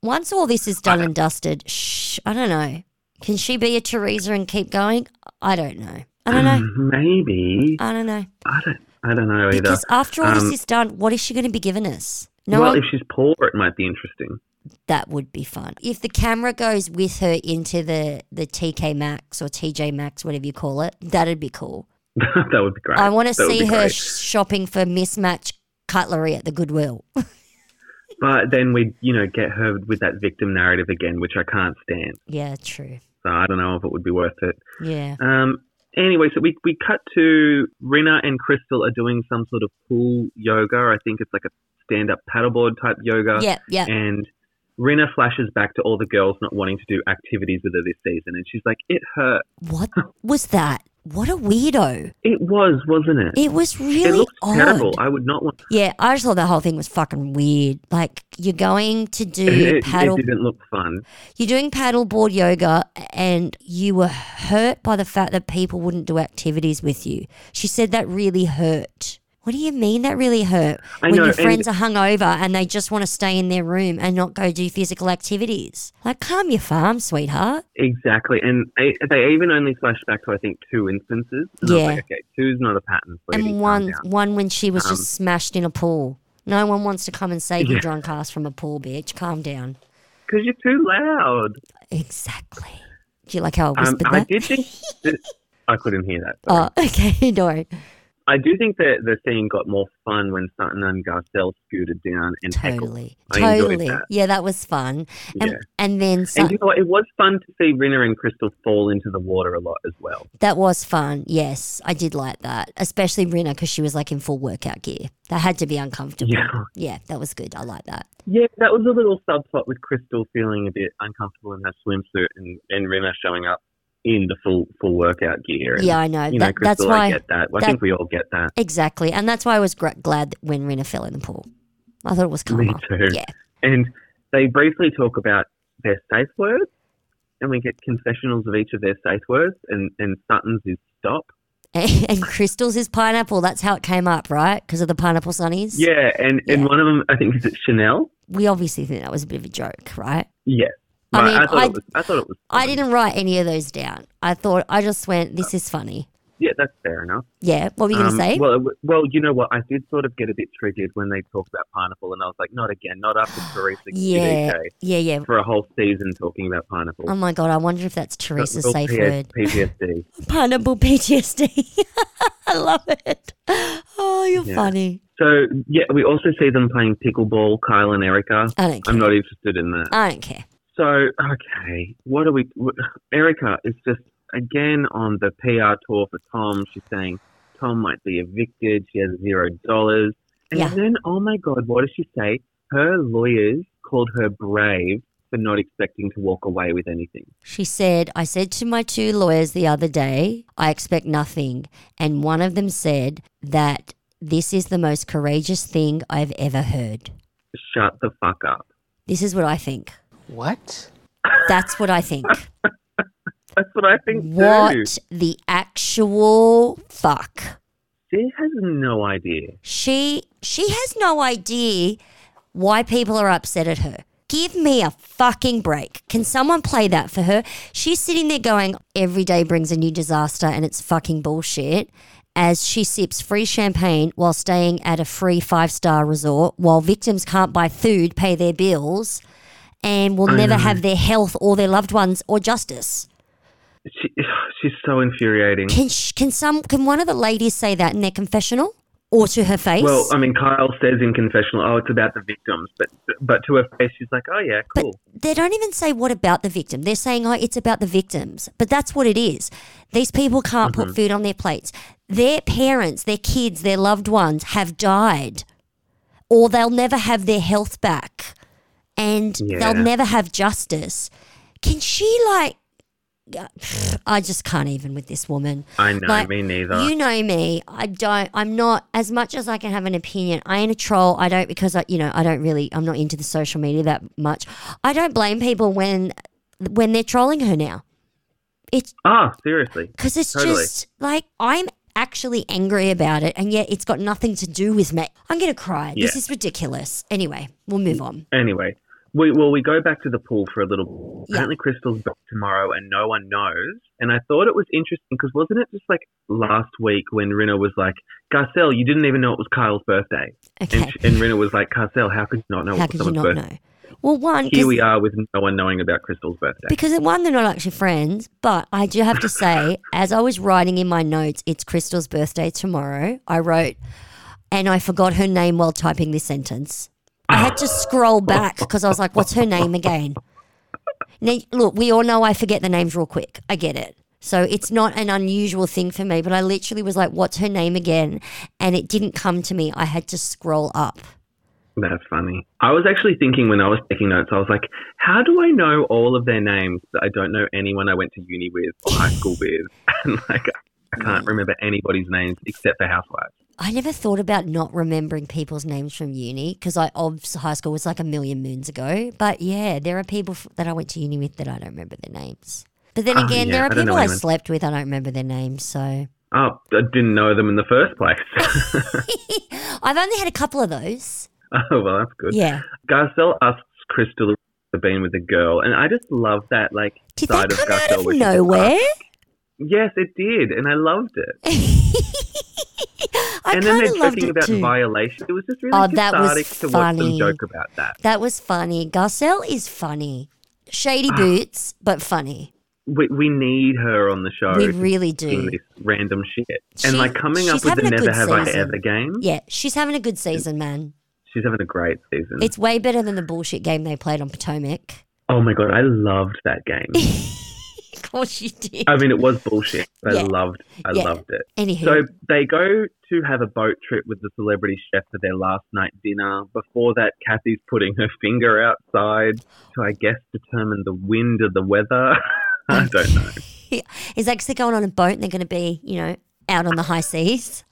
B: Once all this is done and dusted, shh, I don't know. Can she be a Teresa and keep going? I don't know. I don't
A: Mm.
B: know.
A: maybe
B: I don't know.
A: I don't. I don't know either.
B: Because after all this
A: Um,
B: is done, what is she going to be giving us? No
A: well,
B: one-
A: if she's poor, it might be interesting.
B: that would be fun. If the camera goes with her into the, the TK Maxx or TJ Maxx, whatever you call it, that'd be cool.
A: that would be great.
B: I want to
A: That would
B: see
A: be
B: her
A: great.
B: sh- shopping for mismatched cutlery at the Goodwill.
A: But then we, you know, get her with that victim narrative again, which I can't stand.
B: yeah, true.
A: So I don't know if it would be worth it.
B: Yeah.
A: Um, anyway, so we, we cut to Rina and Crystal are doing some sort of pool yoga. I think it's like a stand up paddleboard type yoga.
B: Yeah, yeah.
A: Uh, And Rina flashes back to all the girls not wanting to do activities with her this season. And she's like, it hurt.
B: What was that? What a weirdo.
A: It was, wasn't it?
B: It was really
A: it looks
B: odd.
A: terrible. I would not want
B: Yeah, I just thought the whole thing was fucking weird. Like you're going to do
A: it,
B: paddle
A: it didn't look fun.
B: You're doing paddleboard yoga and you were hurt by the fact that people wouldn't do activities with you. She said that really hurt. What do you mean that really hurt?
A: I
B: when
A: know,
B: your
A: and-
B: friends are hungover and they just want to stay in their room and not go do physical activities. Like, calm your farm, sweetheart.
A: Exactly, and I, they even only flashed back to I think two instances. And I was
B: Yeah.
A: like, okay, two's not a pattern. Sweetie,
B: and
A: calm
B: one,
A: down."
B: one when she was
A: Um,
B: just smashed in a pool. No one wants to come and save your
A: Yeah.
B: drunk ass from a pool, bitch. Calm down.
A: Because you're too loud.
B: Exactly. Do you like how I
A: Um,
B: whispered
A: I
B: that?
A: did think that, I couldn't hear that. sorry.
B: Oh, okay. No.
A: I do think that the scene got more fun when Sutton and Garcelle scooted down and heckled.
B: Totally.
A: I enjoyed
B: totally.
A: that.
B: Yeah, that was fun. And,
A: Yeah.
B: and then so,
A: And you know what? It was fun to see Rina and Crystal fall into the water a lot as well.
B: that was fun. Yes, I did like that, especially Rina because she was like in full workout gear. That had to be uncomfortable.
A: Yeah,
B: Yeah, that was good. I like that.
A: yeah, that was a little subplot with Crystal feeling a bit uncomfortable in her swimsuit and and Rina showing up in the full full workout gear. And
B: Yeah, I know.
A: you know,
B: that,
A: Crystal,
B: that's why
A: I get that. I
B: that-
A: think we all get that.
B: exactly, and that's why I was gr- glad when Rina fell in the pool. I thought it was
A: Me
B: calmer.
A: too.
B: Yeah.
A: And they briefly talk about their safe words, and we get confessionals of each of their safe words, and, and Sutton's is stop.
B: And, crystals is pineapple. That's how it came up, right? Because of the pineapple sunnies.
A: Yeah, and, and
B: Yeah.
A: one of them, I think, is it Chanel?
B: We obviously think that was a bit of a joke, right?
A: Yes.
B: I
A: But
B: mean,
A: I, thought
B: I-
A: it was, I thought it was.
B: I
A: fine.
B: didn't write any of those down. I thought I just went, "This is funny."
A: Yeah, that's fair enough.
B: Yeah. What were you
A: Um,
B: gonna say?
A: Well, it w- well, you know what? I did sort of get a bit triggered when they talked about pineapple, and I was like, not again, not after Teresa
B: Yeah,
A: Giudice
B: yeah, yeah.
A: for a whole season talking about pineapple. oh,
B: Oh my god, I wonder if that's
A: But
B: Teresa's
A: real
B: safe
A: PS
B: word.
A: PTSD.
B: Pineapple PTSD. I love it. Oh, you're
A: Yeah.
B: funny.
A: So yeah, we also see them playing pickleball, Kyle and Erica.
B: I don't care.
A: I'm not interested in that.
B: I don't care.
A: So okay, what are we? wh- Erica is just again on the PR tour for Tom. She's saying Tom might be evicted. She has zero dollars. And
B: Yeah.
A: then oh my god, what does she say? Her lawyers called her brave for not expecting to walk away with anything.
B: She said, I said to my two lawyers the other day, I expect nothing. And one of them said that this is the most courageous thing I've ever heard.
A: Shut the fuck up.
B: This is what I think.
D: What?
B: That's what I think.
A: That's what I think. too.
B: what the actual fuck?
A: She has no idea.
B: She she has no idea why people are upset at her. Give me a fucking break. Can someone play that for her? She's sitting there going, every day brings a new disaster and it's fucking bullshit. As she sips free champagne while staying at a free five star resort, while victims can't buy food, pay their bills, and will never have their health or their loved ones or justice.
A: She, she's so infuriating.
B: Can sh- can some can one of the ladies say that in their confessional or to her face?
A: Well, um, I mean, Kyle says in confessional, "Oh, it's about the victims," but but to her face, she's like, "Oh yeah,
B: but
A: cool."
B: they don't even say what about the victim. They're saying, "Oh, it's about the victims," but that's what it is. These people can't
A: Mm-hmm.
B: put food on their plates. Their parents, their kids, their loved ones have died, or they'll never have their health back, and
A: Yeah.
B: they'll never have justice. Can she like? I just can't even with this woman.
A: I know,
B: Like,
A: me neither.
B: You know me. I don't. I'm not as much as I can have an opinion. I ain't a troll. I don't because I, you know, I don't really. I'm not into the social media that much. I don't blame people when when they're trolling her now. It's
A: Ah, seriously.
B: because it's
A: Totally.
B: just like I'm actually angry about it, and yet it's got nothing to do with me. I'm gonna cry. This
A: Yeah.
B: is ridiculous. Anyway, we'll move on.
A: Anyway, we well we go back to the pool for a little.
B: Yeah.
A: Apparently, Crystal's back tomorrow, and no one knows. And I thought it was interesting because wasn't it just like last week when Rina was like, "Garcelle, you didn't even know it was Kyle's birthday,"
B: Okay.
A: and she, and Rina was like, "Garcelle, how could you not know
B: How
A: it was
B: could you
A: Oh, someone's
B: not
A: birthday?"
B: know? Well, one
A: Here
B: 'cause-
A: we are with no one knowing about Crystal's birthday.
B: Because one, they're not actually friends, but I do have to say, as I was writing in my notes, it's Crystal's birthday tomorrow. I wrote, and I forgot her name while typing this sentence. I had to scroll back because I was like, what's her name again? Now, look, we all know I forget the names real quick. I get it. So it's not an unusual thing for me, but I literally was like, what's her name again? And it didn't come to me. I had to scroll up.
A: That's funny. I was actually thinking when I was taking notes, I was like, how do I know all of their names that I don't know anyone I went to uni with or high school with? And like, I can't remember anybody's names except for housewives.
B: I never thought about not remembering people's names from uni because I obs high school was like a million moons ago. But yeah, there are people f- that I went to uni with that I don't remember their names. But then
A: Oh,
B: again,
A: yeah,
B: there
A: I
B: are
A: don't know
B: people I
A: anyone.
B: slept with I don't remember their names. So
A: Oh, I didn't know them in the first place.
B: I've only had a couple of those.
A: oh, well, that's good.
B: Yeah.
A: Garcelle asks Crystal to be with a girl. And I just love that, like,
B: Did
A: side
B: that
A: of
B: come
A: Garcelle.
B: out of
A: where she's like,
B: nowhere?
A: Yes, it did. And I loved it.
B: I
A: and then
B: kind
A: they're
B: of loved
A: joking
B: it
A: about
B: too.
A: violation. It was just really
B: Oh, that was
A: cathartic to watch
B: funny.
A: them joke about that.
B: that was funny. Garcelle is funny. Shady
A: Ah.
B: boots, but funny.
A: we, we need her on the show.
B: We
A: to
B: really
A: do
B: do.
A: this random shit.
B: She-
A: and like coming up with
B: she's
A: the
B: having a
A: Never
B: good
A: Have I
B: season.
A: Ever game,
B: Yeah, she's having a good season, man.
A: she's having a great season.
B: It's way better than the bullshit game they played on Potomac.
A: oh my god, I loved that game.
B: Of course you did.
A: I mean, it was bullshit, but
B: Yeah.
A: I loved, I
B: Yeah.
A: loved it.
B: Anywho,
A: So they go to have a boat trip with the celebrity chef for their last night dinner. Before that, Kathy's putting her finger outside to, I guess, determine the wind or the weather. I don't know.
B: is that 'cause they're going on a boat and they're going to be, you know, out on the high seas?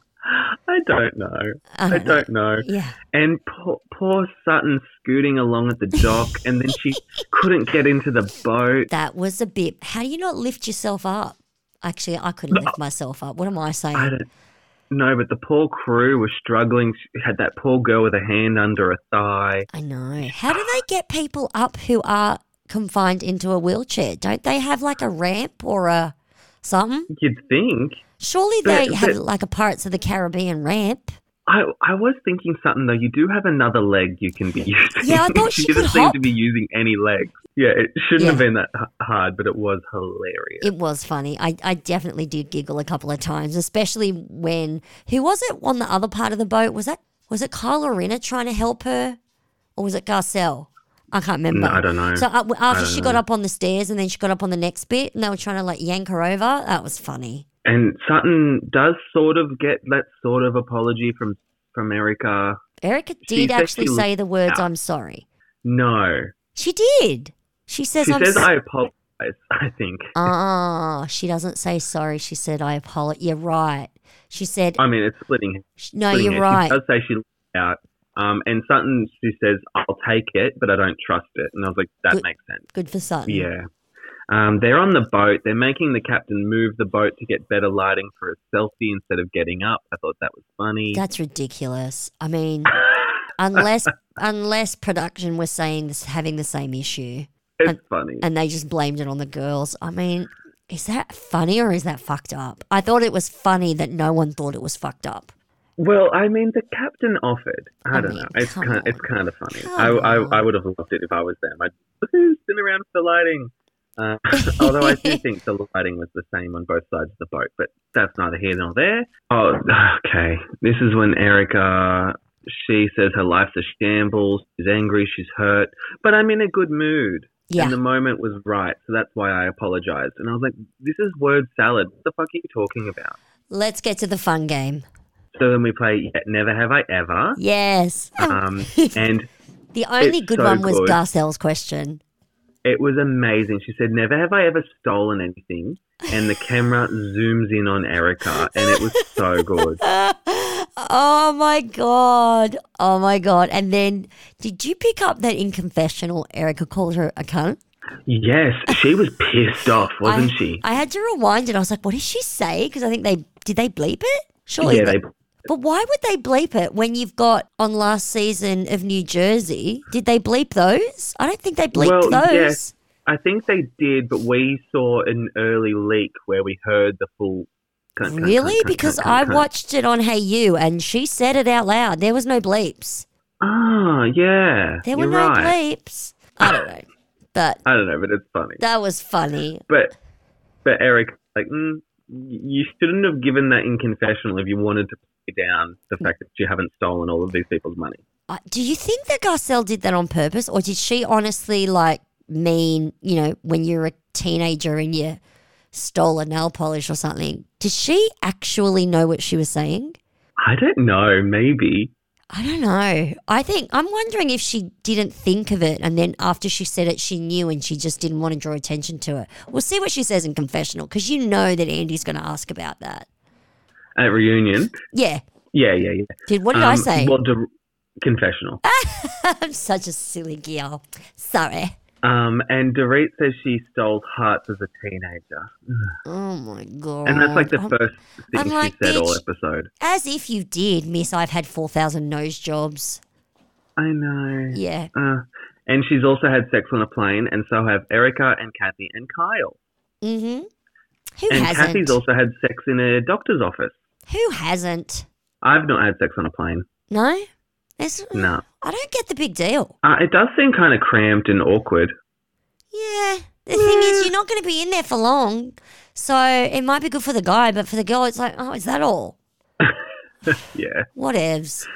A: I don't know.
B: I
A: I
B: don't know.
A: don't know.
B: Yeah.
A: And poor, poor Sutton scooting along at the dock, and then she couldn't get into the boat.
B: That was a bit. How do you not lift yourself up? Actually, I couldn't lift myself up. What am I saying?
A: I don't know, but the poor crew was struggling. She had that poor girl with a hand under her thigh.
B: I know. How do they get people up who are confined into a wheelchair? Don't they have like a ramp or a something?
A: You'd think.
B: Surely
A: But-
B: they have
A: but-
B: like a Pirates of the Caribbean ramp.
A: I, I was thinking something though. You do have another leg you can be using.
B: Yeah, I thought she
A: didn't
B: could
A: seem
B: hop.
A: to be using any legs. Yeah, it shouldn't
B: Yeah.
A: have been that h- hard, but it was hilarious.
B: It was funny. I, I definitely did giggle a couple of times, especially when who was it on the other part of the boat? Was that was it Kyle or Rena trying to help her, or was it Garcelle? I can't remember.
A: No, Mm, I don't know.
B: So uh, w- after
A: don't
B: she got up on the stairs and then she got up on the next bit, and they were trying to like yank her over. That was funny.
A: and Sutton does sort of get that sort of apology from from Erica.
B: Erica
A: She
B: did
A: said
B: actually
A: she
B: say the words
A: out.
B: "I'm sorry."
A: No,
B: She did. She says
A: She
B: I'm.
A: says,
B: s-
A: I apologize, I think.
B: Ah, she doesn't say sorry. She said I apologize. You're right. She said
A: I mean, it's splitting.
B: no.
A: splitting
B: You're
A: hairs.
B: right.
A: She does say she looked out. Um, and Sutton, she says, I'll take it, but I don't trust it. And I was like, that
B: Good-
A: makes sense.
B: Good for Sutton.
A: Yeah. Um, they're on the boat. They're making the captain move the boat to get better lighting for a selfie instead of getting up. I thought that was funny.
B: That's ridiculous. I mean, unless unless production was saying this, having the same issue,
A: it's funny.
B: and they just blamed it on the girls. I mean, is that funny or is that fucked up? I thought it was funny that no one thought it was fucked up.
A: well, I mean, the captain offered. I,
B: I
A: don't
B: mean,
A: know. It's
B: come
A: kind. Of,
B: on.
A: it's kind of funny.
B: Come
A: I,
B: on.
A: I, I would have loved it if I was them. I'd woohoo, spin around for the lighting. Uh, although I do think the lighting was the same on both sides of the boat, but that's neither here nor there. Oh, okay. This is when Erica. She says her life's a shambles. She's angry. She's hurt. But I'm in a good mood.
B: Yeah.
A: And the moment was right, so that's why I apologized. And I was like, "This is word salad. What the fuck are you talking about?"
B: Let's get to the fun game.
A: So then we play Yet Never Have I Ever.
B: Yes.
A: Um, and
B: the only
A: it's
B: good
A: so
B: one was
A: good.
B: Garcelle's question.
A: it was amazing. She said, Never have I ever stolen anything. And the camera zooms in on Erica, and it was so good.
B: oh my god. Oh my god. And then did you pick up that in confessional Erica called her a cunt?
A: Yes, she was pissed off, wasn't
B: I,
A: she?
B: I had to rewind it. I was like, what did she say? Because I think they did they bleep it? Surely
A: yeah,
B: they-
A: they.
B: But why would they bleep it when you've got on last season of New Jersey? Did they bleep those? I don't think they
A: Well,
B: bleeped those.
A: yes. I think they did, but we saw an early leak where we heard the full. cunt, cunt,
B: Really?
A: cunt, cunt,
B: because
A: cunt, cunt,
B: I
A: cunt.
B: watched it on Hey You and she said it out loud. There was no bleeps.
A: Ah, yeah.
B: There were
A: you're
B: no
A: right.
B: bleeps. I don't know. But
A: I don't know, but it's funny.
B: that was funny.
A: But but Eric, like, mm, you shouldn't have given that in confessional if you wanted to play down the fact that you haven't stolen all of these people's money.
B: Uh, Do you think that Garcelle did that on purpose or did she honestly like mean, you know, when you're a teenager and you stole a nail polish or something? Did she actually know what she was saying?
A: I don't know. Maybe
B: I don't know. I think I'm wondering if she didn't think of it and then after she said it, she knew and she just didn't want to draw attention to it. We'll see what she says in confessional because you know that Andy's going to ask about that.
A: at reunion.
B: Yeah.
A: Yeah, yeah, yeah.
B: Dude, what did I
A: Um,
B: say? Ah!
A: Well, dir- confessional.
B: I'm such a silly girl. Sorry.
A: Um, and Dorit says she stole hearts as a teenager,
B: Oh my God.
A: and that's like the
B: Oh, I'm-
A: first thing
B: I'm
A: she
B: like,
A: said all
B: bitch.
A: episode.
B: As if you did, miss, I've had 4,000 nose jobs.
A: I know.
B: Yeah.
A: Uh, and she's also had sex on a plane, and so have Erica and Kathy and Kyle.
B: Mm hmm. Who
A: and
B: hasn't?
A: Kathy's also had sex in a doctor's office.
B: Who hasn't?
A: I've not had sex on a plane.
B: No? It's, uh,
A: No.
B: I don't get the big deal.
A: Uh, it does seem kind of cramped and awkward.
B: Yeah. The thing is, you're not going to be in there for long. So it might be good for the guy, but for the girl, it's like, oh, is that all?
A: Yeah.
B: Whatevs.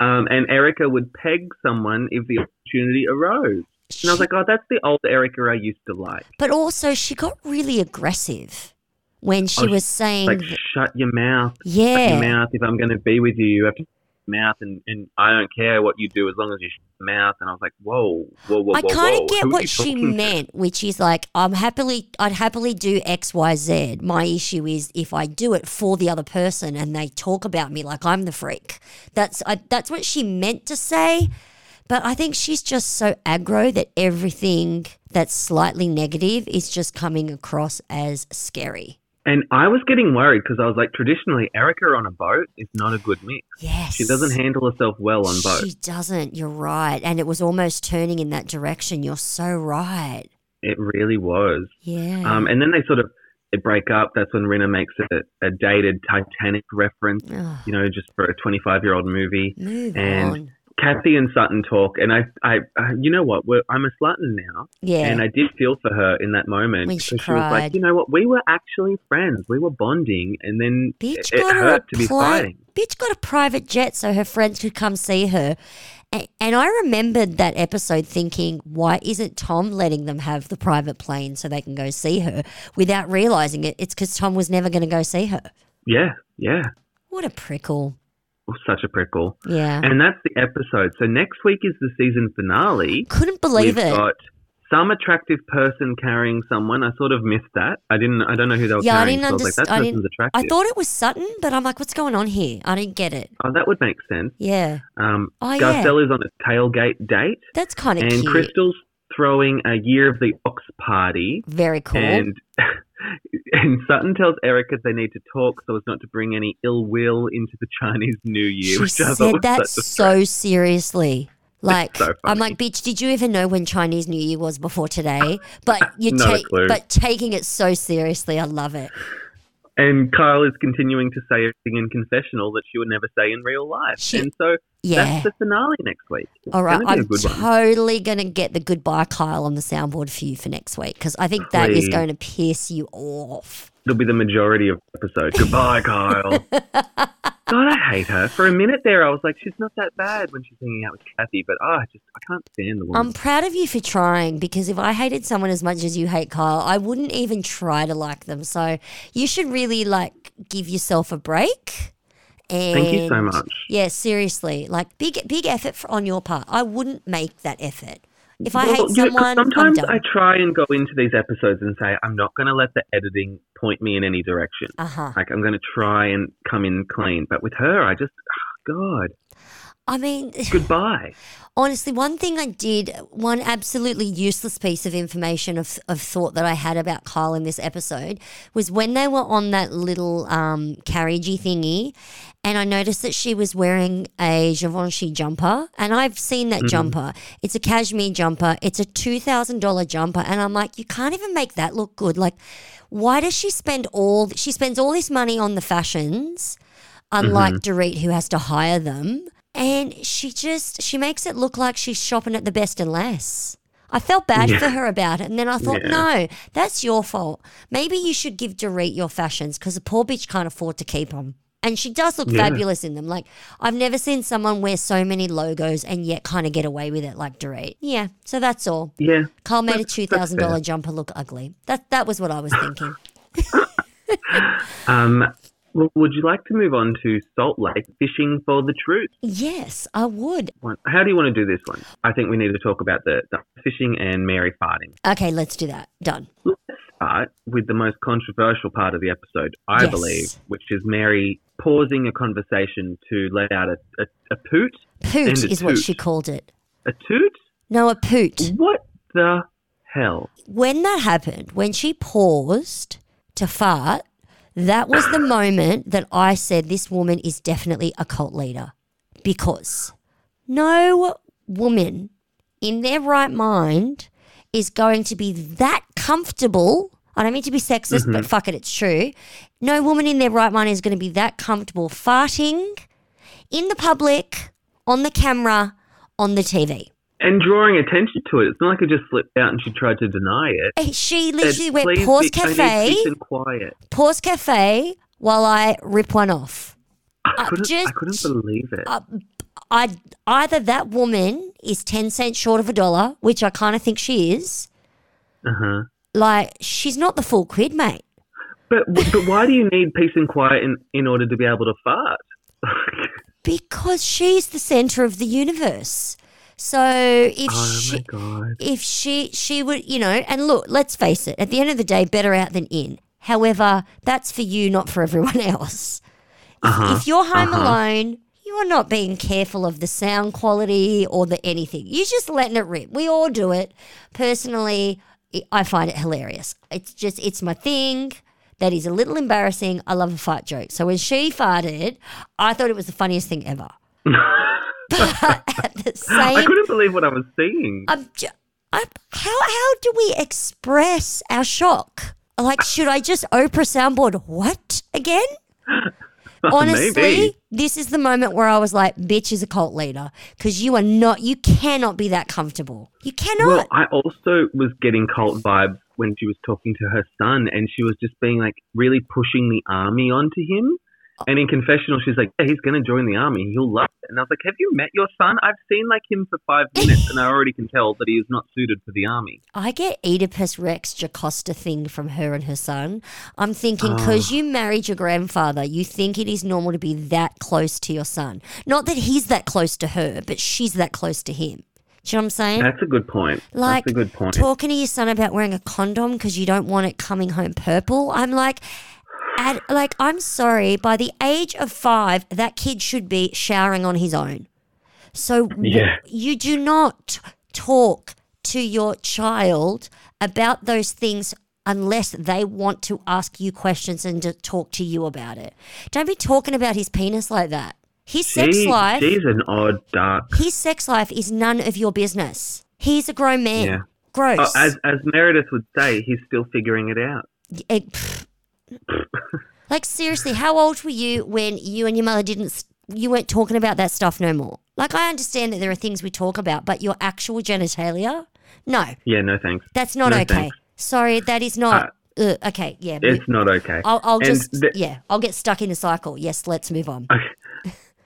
A: Um, and Erica would peg someone if the opportunity arose. And I was like, oh, that's the old Erica I used to like.
B: But also, she got really aggressive when she
A: Oh,
B: was saying,
A: Like,
B: th-
A: shut your mouth. Shut your
B: yeah.
A: mouth. If I'm going to be with you, you have to shut your mouth. And, and I don't care what you do as long as you shut your mouth. And I was like, whoa, whoa, whoa,
B: I
A: whoa.
B: kind
A: whoa.
B: of get
A: Who are
B: what
A: you
B: she
A: talking to?
B: meant, which is like, I'm happily, I'd happily do X, Y, Z. My issue is if I do it for the other person and they talk about me like I'm the freak. That's I, that's what she meant to say, but I think she's just so aggro that everything that's slightly negative is just coming across as scary.
A: And I was getting worried because I was like, traditionally, Erica on a boat is not a good mix.
B: Yes,
A: She doesn't handle herself well on boats.
B: She doesn't. You're right, and it was almost turning in that direction. You're so right.
A: It really was.
B: Yeah.
A: Um, and then they sort of they break up. That's when Rena makes a, a dated Titanic reference,
B: Ugh,
A: you know, just for a 25 year old movie.
B: move
A: and-
B: on.
A: Kathy and Sutton talk, and I, I, I you know what? We're, I'm a Sutton now,
B: Yeah.
A: and I did feel for her in that moment
B: When she
A: because she was
B: cried.
A: like, you know what? We were actually friends. We were bonding, and then it,
B: Bitch
A: it
B: got her a
A: hurt to be
B: pli-
A: fighting.
B: Bitch got a private jet so her friends could come see her. And, and I remembered that episode thinking, why isn't Tom letting them have the private plane so they can go see her without realizing it? It's because Tom was never going to go see her.
A: Yeah, yeah.
B: What a prickle.
A: Oh, Such a prickle.
B: Yeah.
A: And that's the episode. So next week is the season finale.
B: Couldn't believe
A: We've
B: it.
A: got some attractive person carrying someone. I sort of missed that. I didn't. I don't know who they were
B: Yeah, I
A: carrying.
B: didn't
A: so I was like, that
B: understand. I,
A: person's
B: didn't,
A: attractive.
B: I thought it was Sutton, but I'm like, what's going on here? I didn't get it.
A: oh, that would make sense.
B: Yeah.
A: Um,
B: Oh, yeah.
A: Garcelle is on a tailgate date,
B: That's kind of
A: and
B: cute.
A: Crystal's throwing a year of the ox party,
B: Very cool.
A: and and Sutton tells Erica they need to talk so as not to bring any ill will into the Chinese New Year.
B: she
A: which I thought
B: said
A: was
B: that
A: such a-
B: so seriously. Like
A: so
B: I'm
A: funny.
B: like, bitch, did you even know when Chinese New Year was before today? But you
A: Not a
B: take
A: clue.
B: but taking it so seriously, I love it.
A: and Kyle is continuing to say everything in confessional that she would never say in real life,
B: She-
A: and so
B: Yeah.
A: that's the finale next week. It's
B: All right,
A: gonna be a
B: I'm
A: good one.
B: totally going to get the goodbye Kyle on the soundboard for you for next week because I think that is
A: Please.
B: going to piss you off.
A: It'll be the majority of the episode. Goodbye, Kyle. God, I hate her. For a minute there, I was like, she's not that bad when she's hanging out with Kathy, but ah, I just I can't stand the woman.
B: I'm proud of you for trying because if I hated someone as much as you hate Kyle, I wouldn't even try to like them. So you should really like give yourself a break. And
A: Thank you so much.
B: Yeah, seriously, like big big effort for, on your part. I wouldn't make that effort. If I
A: Well,
B: hate
A: you know, 'cause
B: someone, I'm
A: sometimes
B: done.
A: I try and go into these episodes and say I'm not going to let the editing point me in any direction.
B: uh huh.
A: Like I'm going to try and come in clean, but with her, I just oh, God,
B: I mean,
A: goodbye.
B: Honestly, one thing I did, one absolutely useless piece of information of, of thought that I had about Kyle in this episode was when they were on that little um, carriagey thingy, and I noticed that she was wearing a Givenchy jumper, and I've seen that jumper. It's a cashmere jumper. It's a two thousand dollar jumper, and I'm like, you can't even make that look good. Like, why does she spend all? She spends all this money on the fashions unlike
A: Mm-hmm.
B: Dorit who has to hire them. And she just she makes it look like she's shopping at the best and less. I felt bad
A: Yeah.
B: for her about it, and then I thought,
A: Yeah.
B: no, that's your fault. Maybe you should give Dorit your fashions because the poor bitch can't afford to keep them, and she does look
A: Yeah.
B: fabulous in them. Like I've never seen someone wear so many logos and yet kind of get away with it like Dorit. Yeah, so that's all.
A: Yeah,
B: Carl made a
A: That's-
B: two
A: that's
B: thousand dollar
A: fair.
B: jumper look ugly. That that was what I was thinking.
A: Um, well, would you like to move on to Salt Lake fishing for the truth?
B: yes, I would.
A: One- How do you want to do this one? I think we need to talk about the, the fishing and Mary farting.
B: Okay, let's do that. Done.
A: Let's start with the most controversial part of the episode, I
B: Yes.
A: believe, which is Mary pausing a conversation to let out a, a, a poot.
B: Poot
A: And a
B: is what
A: toot.
B: she called it.
A: A toot?
B: No, a poot.
A: What the hell?
B: When that happened, when she paused to fart, that was the moment that I said this woman is definitely a cult leader because no woman in their right mind is going to be that comfortable. I don't mean to be sexist, but fuck it, it's true. No woman in their right mind is going to be that comfortable farting in the public, on the camera, on the TV.
A: And drawing attention to it. It's not like it just slipped out and she tried to deny it.
B: And Eh, She
A: Said,
B: literally went
A: "Please
B: pause
A: be- I need
B: cafe,
A: peace and quiet.
B: pause cafe while I rip one off.
A: I
B: Uh,
A: couldn't, I
B: just-
A: couldn't believe it.
B: I either that woman is ten cents short of a dollar, which I kind of think she is.
A: uh-huh.
B: Like she's not the full quid, mate.
A: But but why do you need peace and quiet in, in order to be able to fart?
B: Because she's the center of the universe. So if
A: oh
B: she,
A: my god!
B: if she she would you know and look let's face it at the end of the day better out than in however that's for you not for everyone else If-
A: Uh-huh,
B: if you're home alone you are not being careful of the sound quality or the anything you're just letting it rip we all do it personally i- i find it hilarious it's just it's my thing that is a little embarrassing i love a fart joke so when she farted i thought it was the funniest thing ever but at the same
A: I couldn't believe what I was seeing.
B: I'm ju- I'm, Um, how how do we express our shock? Like, should I just Oprah soundboard what again? Honestly,
A: Maybe.
B: this is the moment where I was like, "Bitch is a cult leader," because you are not. You cannot be that comfortable. You
A: Well,
B: cannot.
A: I also was getting cult vibes when she was talking to her son, and she was just being like really pushing the army onto him. And in confessional, she's like, "Yeah, he's going to join the army. He'll love it." And I was like, "Have you met your son? I've seen like him for five minutes, and I already can tell that he is not suited for the army."
B: I get Oedipus Rex Jocasta thing from her and her son. I'm thinking
A: Ah.
B: because you married your grandfather, you think it is normal to be that close to your son. Not that he's that close to her, but she's that close to him. Do you know what I'm saying?
A: That's a good point.
B: Like
A: That's a good point.
B: talking to your son about wearing a condom because you don't want it coming home purple. I'm like, at, like I'm sorry. By the age of five, that kid should be showering on his own. So w-
A: Yeah.
B: you do not talk to your child about those things unless they want to ask you questions and to talk to you about it. Don't be talking about his penis like that. His sex
A: She-
B: life,
A: She's an odd duck.
B: his sex life is none of your business. He's a grown man.
A: Yeah.
B: Gross.
A: Oh, as, as Meredith would say, he's still figuring it out.
B: It- pfft. Eh, like seriously, how old were you when you and your mother didn't? s- You weren't talking about that stuff no more. Like I understand that there are things we talk about, but your actual genitalia, no,
A: Yeah, no thanks.
B: that's not
A: No,
B: okay.
A: thanks.
B: Sorry, that is not. Ugh, okay, yeah. we-
A: It's not okay.
B: I'll, I'll
A: And
B: just
A: the-
B: yeah, I'll get stuck in the cycle. Yes, let's move on.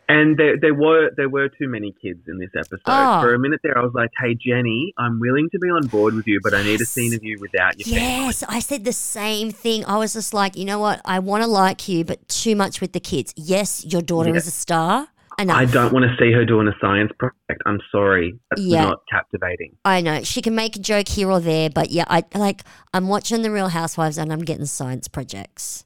A: And there, there were there were too many kids in this episode.
B: Oh.
A: For a minute there, I was like, "Hey Jenny, I'm willing to be on board with you, but I need a scene of you without your family."
B: Yes, I said the same thing. I was just like, you know what? I want to like you, but too much with the kids. Yes, your daughter
A: Yeah.
B: is a star. Enough.
A: I don't want to see her doing a science project. I'm sorry, that's
B: Yeah.
A: not captivating.
B: I know she can make a joke here or there, but yeah, I like I'm watching The Real Housewives and I'm getting science projects.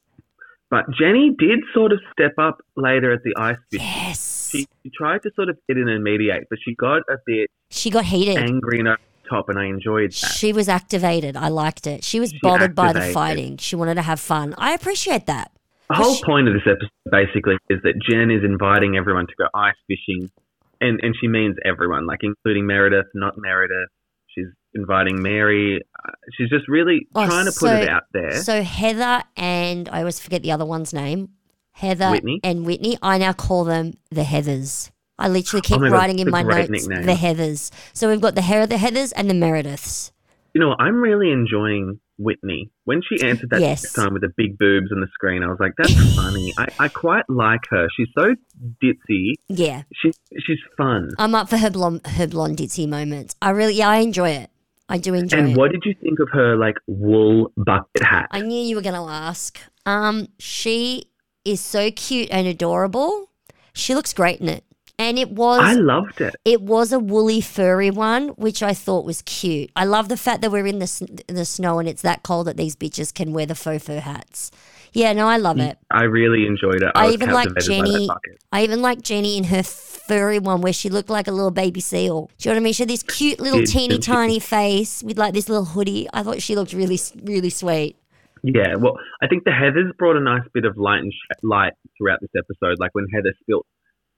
A: But Jenny did sort of step up later at the ice fish.
B: Yes,
A: She, she tried to sort of fit in and mediate, but she got a bit
B: she got heated.
A: angry and over the top, and I enjoyed that.
B: She was activated. I liked it. She was bothered by the
A: activated.
B: fighting. She wanted to have fun. I appreciate that.
A: The whole point of this episode basically is that Jen is inviting everyone to go ice fishing, and, and she means everyone, like including Meredith, not Meredith. She's inviting Mary. Uh, she's just really
B: Oh,
A: trying to
B: so-
A: put it out there.
B: So Heather and I always forget the other one's name. Heather
A: Whitney?
B: and Whitney. I now call them the Heathers. I literally keep
A: my God,
B: writing
A: it's
B: in
A: a
B: my notes
A: great nickname.
B: the Heathers. So we've got the Her- the Heathers and the Merediths.
A: you know, I'm really enjoying Whitney. When she answered that
B: Yes.
A: next time with the big boobs on the screen, I was like, that's funny. I, I quite like her. She's so ditzy.
B: Yeah.
A: She, she's fun.
B: I'm up for her blonde, her blonde ditzy moments. I really, yeah, I enjoy it. I do enjoy
A: And
B: it.
A: what did you think of her, like, wool bucket hat?
B: I knew you were going to ask. Um, she is so cute and adorable. She looks great in it, and it was
A: I loved it.
B: it was a woolly furry one, which I thought was cute. I love the fact that we're in the sn- in the snow and it's that cold that these bitches can wear the faux fur hats. Yeah, no, I love it.
A: I really enjoyed it. Mm, I,
B: I,
A: was
B: even like
A: captivated by
B: Jenny.
A: that bucket.
B: I even like Jenny in her furry one where she looked like a little baby seal. Do you know what I mean? She had this cute little
A: Did-
B: teeny
A: did she?
B: tiny face with like this little hoodie. I thought she looked really really sweet.
A: Yeah, well, I think the Heather's brought a nice bit of light and sh- light throughout this episode. Like when Heather spilt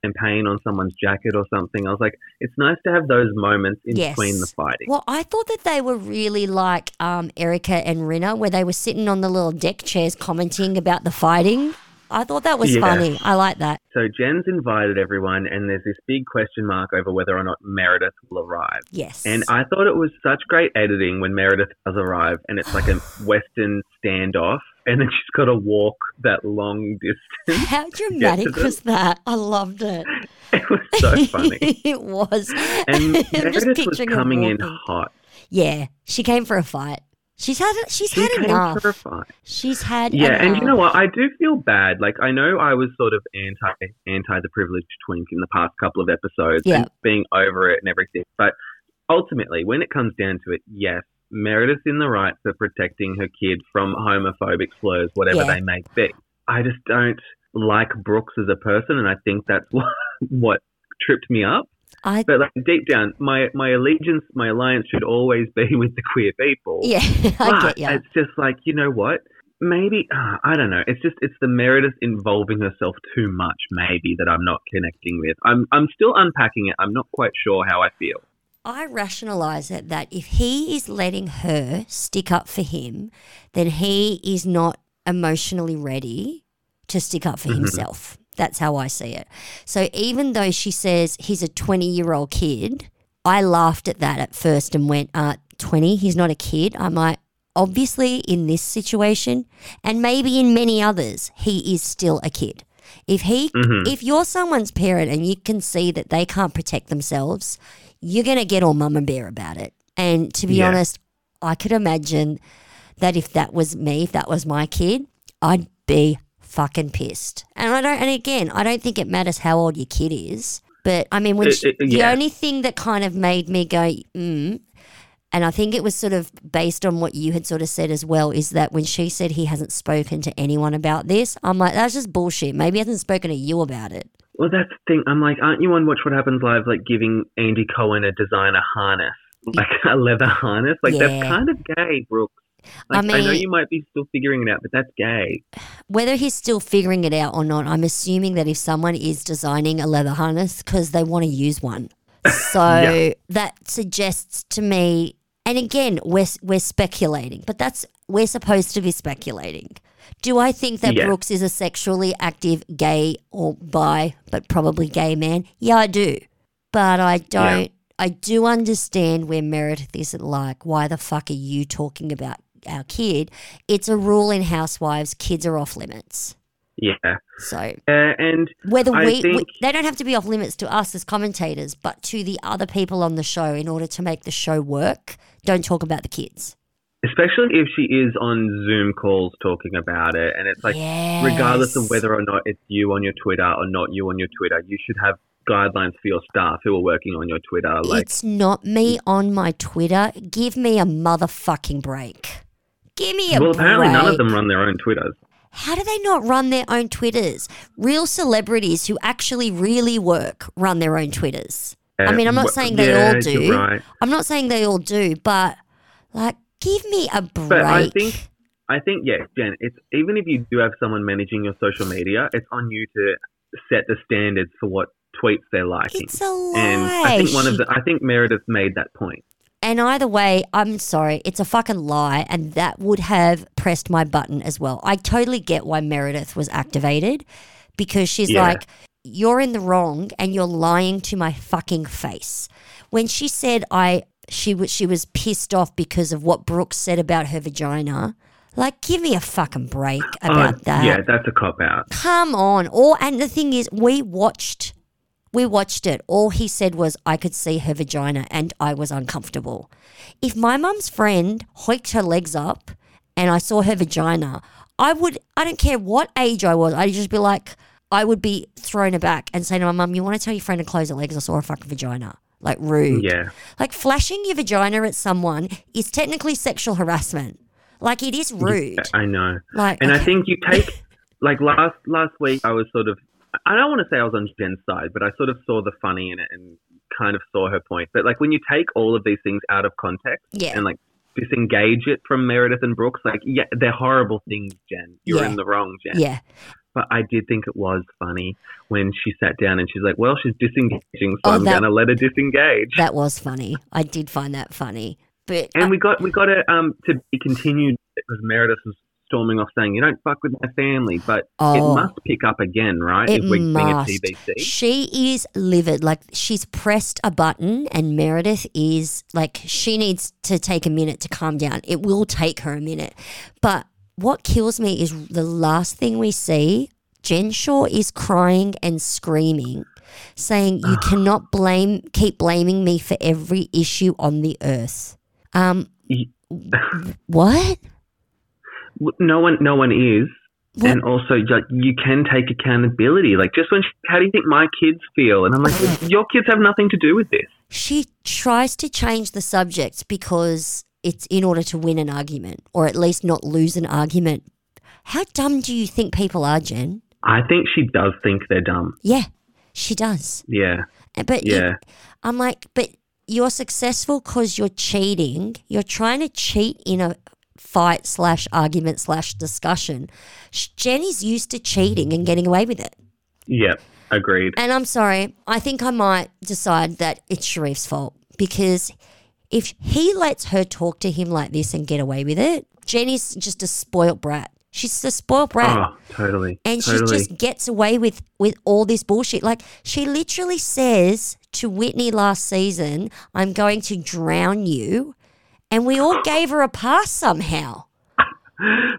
A: champagne on someone's jacket or something, I was like, it's nice to have those moments in
B: Yes.
A: between the fighting.
B: Well, I thought that they were really like um, Erica and Rinna, where they were sitting on the little deck chairs commenting about the fighting. I thought that was
A: Yeah.
B: funny. I like that.
A: So Jen's invited everyone, and there's this big question mark over whether or not Meredith will arrive.
B: Yes.
A: And I thought it was such great editing when Meredith does arrive, and it's like a Western standoff, and then she's got to walk that long distance.
B: How dramatic
A: them.
B: was that? I loved it.
A: It was so funny.
B: it was.
A: And Meredith was
B: her
A: coming in
B: walking.
A: hot.
B: Yeah, she came for a fight. She's had. She's
A: She
B: had
A: came
B: enough.
A: for a fight.
B: She's had.
A: Yeah, and you know
B: enough.
A: what? I do feel bad. Like I know I was sort of anti anti the privileged twink in the past couple of episodes
B: Yeah.
A: and being over it and everything. But ultimately, when it comes down to it, yes, Meredith's in the right for protecting her kid from homophobic slurs, whatever
B: Yeah.
A: they may be. I just don't like Brooks as a person, and I think that's what what tripped me up.
B: I.
A: But like deep down, my my allegiance, my alliance should always be with the queer people.
B: Yeah, I
A: But
B: get you.
A: It's just like you know what? Maybe uh, I don't know. It's just it's the Meredith involving herself too much. Maybe that I'm not connecting with. I'm I'm still unpacking it. I'm not quite sure how I feel.
B: I rationalize it that if he is letting her stick up for him, then he is not emotionally ready to stick up for himself. That's how I see it. So even though she says he's a 20 year old kid, I laughed at that at first and went, uh, 20, he's not a kid. I'm like, obviously, in this situation, and maybe in many others, he is still a kid. If he, if you're someone's parent and you can see that they can't protect themselves, you're gonna get all mum and bear about it. And to be
A: Yeah.
B: honest, I could imagine that if that was me, if that was my kid, I'd be fucking pissed. And I don't. And again, I don't think it matters how old your kid is. But I mean, when
A: It-
B: she,
A: it-
B: the
A: yeah.
B: only thing that kind of made me go, mm, and I think it was sort of based on what you had sort of said as well, is that when she said he hasn't spoken to anyone about this, I'm like, that's just bullshit. Maybe he hasn't spoken to you about it.
A: Well, that's the thing. I'm like, aren't you on Watch What Happens Live? Like giving Andy Cohen a designer harness. like a leather harness. Like that's
B: Yeah.
A: kind of gay, Brooks.
B: I
A: Like, I, know
B: mean-
A: you might be still figuring it out, but that's gay.
B: Whether he's still figuring it out or not, I'm assuming that if someone is designing a leather harness because they want to use one. So
A: Yeah.
B: that suggests to me, and again, we're, we're speculating, but that's, we're supposed to be speculating. Do I think that
A: Yeah.
B: Brooks is a sexually active gay or bi, but probably gay man? Yeah, I do. But I don't, I do understand where Meredith isn't like, why the fuck are you talking about our kid? It's a rule in Housewives, kids are off limits.
A: Yeah.
B: So
A: Uh, and
B: whether
A: I
B: we, we
A: think-
B: they don't have to be off limits to us as commentators, but to the other people on the show in order to make the show work, don't talk about the kids.
A: especially if she is on Zoom calls talking about it, and it's like, regardless of
B: Yes.
A: whether or not it's you on your Twitter or not you on your Twitter, you should have guidelines for your staff who are working on your Twitter. Like,
B: it's not me on my Twitter. Give me a motherfucking break. Give me a
A: well, apparently
B: break.
A: none of them run their own Twitters.
B: How do they not run their own Twitters? Real celebrities who actually really work run their own Twitters. I
A: Uh,
B: mean, I'm not
A: wha-
B: saying they
A: yeah,
B: all
A: you're
B: do.
A: Right.
B: I'm not saying they all do, but like, give me a break.
A: But I think, I think, yeah, Jen. It's even if you do have someone managing your social media, it's on you to set the standards for what tweets they're liking.
B: it's a lie.
A: and I think one of
B: She-
A: the, I think Meredith made that point.
B: And either way, I'm sorry, it's a fucking lie, and that would have pressed my button as well. I totally get why Meredith was activated because she's
A: Yeah.
B: like, You're in the wrong and you're lying to my fucking face. When she said I she was she was pissed off because of what Brooks said about her vagina, like give me a fucking break about
A: Oh,
B: that.
A: Yeah, that's a cop out.
B: Come on. All and the thing is, we watched we watched it. All he said was I could see her vagina and I was uncomfortable. If my mum's friend hoiked her legs up and I saw her vagina, I would I don't care what age I was, I'd just be like I would be thrown aback and say to my mum, You want to tell your friend to close her legs? I saw a fucking vagina. Like rude.
A: Yeah.
B: Like flashing your vagina at someone is technically sexual harassment. Like it is rude.
A: I know.
B: Like
A: And I
B: okay.
A: think you take like last last week I was sort of I don't want to say I was on Jen's side, but I sort of saw the funny in it and kind of saw her point. But like when you take all of these things out of context
B: Yeah.
A: and like disengage it from Meredith and Brooks, like yeah, they're horrible things, Jen. You're
B: Yeah.
A: in the wrong, Jen.
B: yeah.
A: But I did think it was funny when she sat down and she's like, "Well, she's disengaging, so
B: Oh,
A: I'm
B: that-
A: gonna let her disengage."
B: That was funny. I did find that funny. But
A: And we got we got it um to be continued because Meredith was storming off saying you don't fuck with my family, but
B: Oh.
A: it must pick up again, right?
B: it
A: if we're
B: must.
A: seeing a TBC.
B: She is livid. Like she's pressed a button, and Meredith is like she needs to take a minute to calm down. It will take her a minute. But what kills me is the last thing we see. Jen Shaw is crying and screaming, saying, "You cannot blame, keep blaming me for every issue on the earth." Um,
A: Y-
B: what?
A: W- No one, no one is.
B: What?
A: And also, like, you can take accountability. Like, just when, she, how do you think my kids feel? And I'm like, your kids have nothing to do with this.
B: She tries to change the subject because it's in order to win an argument or at least not lose an argument. How dumb do you think people are, Jen?
A: I think she does think they're dumb.
B: Yeah, she does.
A: Yeah,
B: And- But it-
A: yeah.
B: I'm like, but you're successful because you're cheating. You're trying to cheat in a fight slash argument slash discussion. Sh- Jen is used to cheating and getting away with it.
A: Yep, agreed.
B: And I'm sorry, I think I might decide that it's Sharif's fault because if he lets her talk to him like this and get away with it, Jenny's just a spoilt brat. She's a spoilt brat.
A: Oh, totally.
B: And
A: totally.
B: she just gets away with, with all this bullshit. Like, she literally says to Whitney last season, I'm going to drown you. And we all gave her a pass somehow.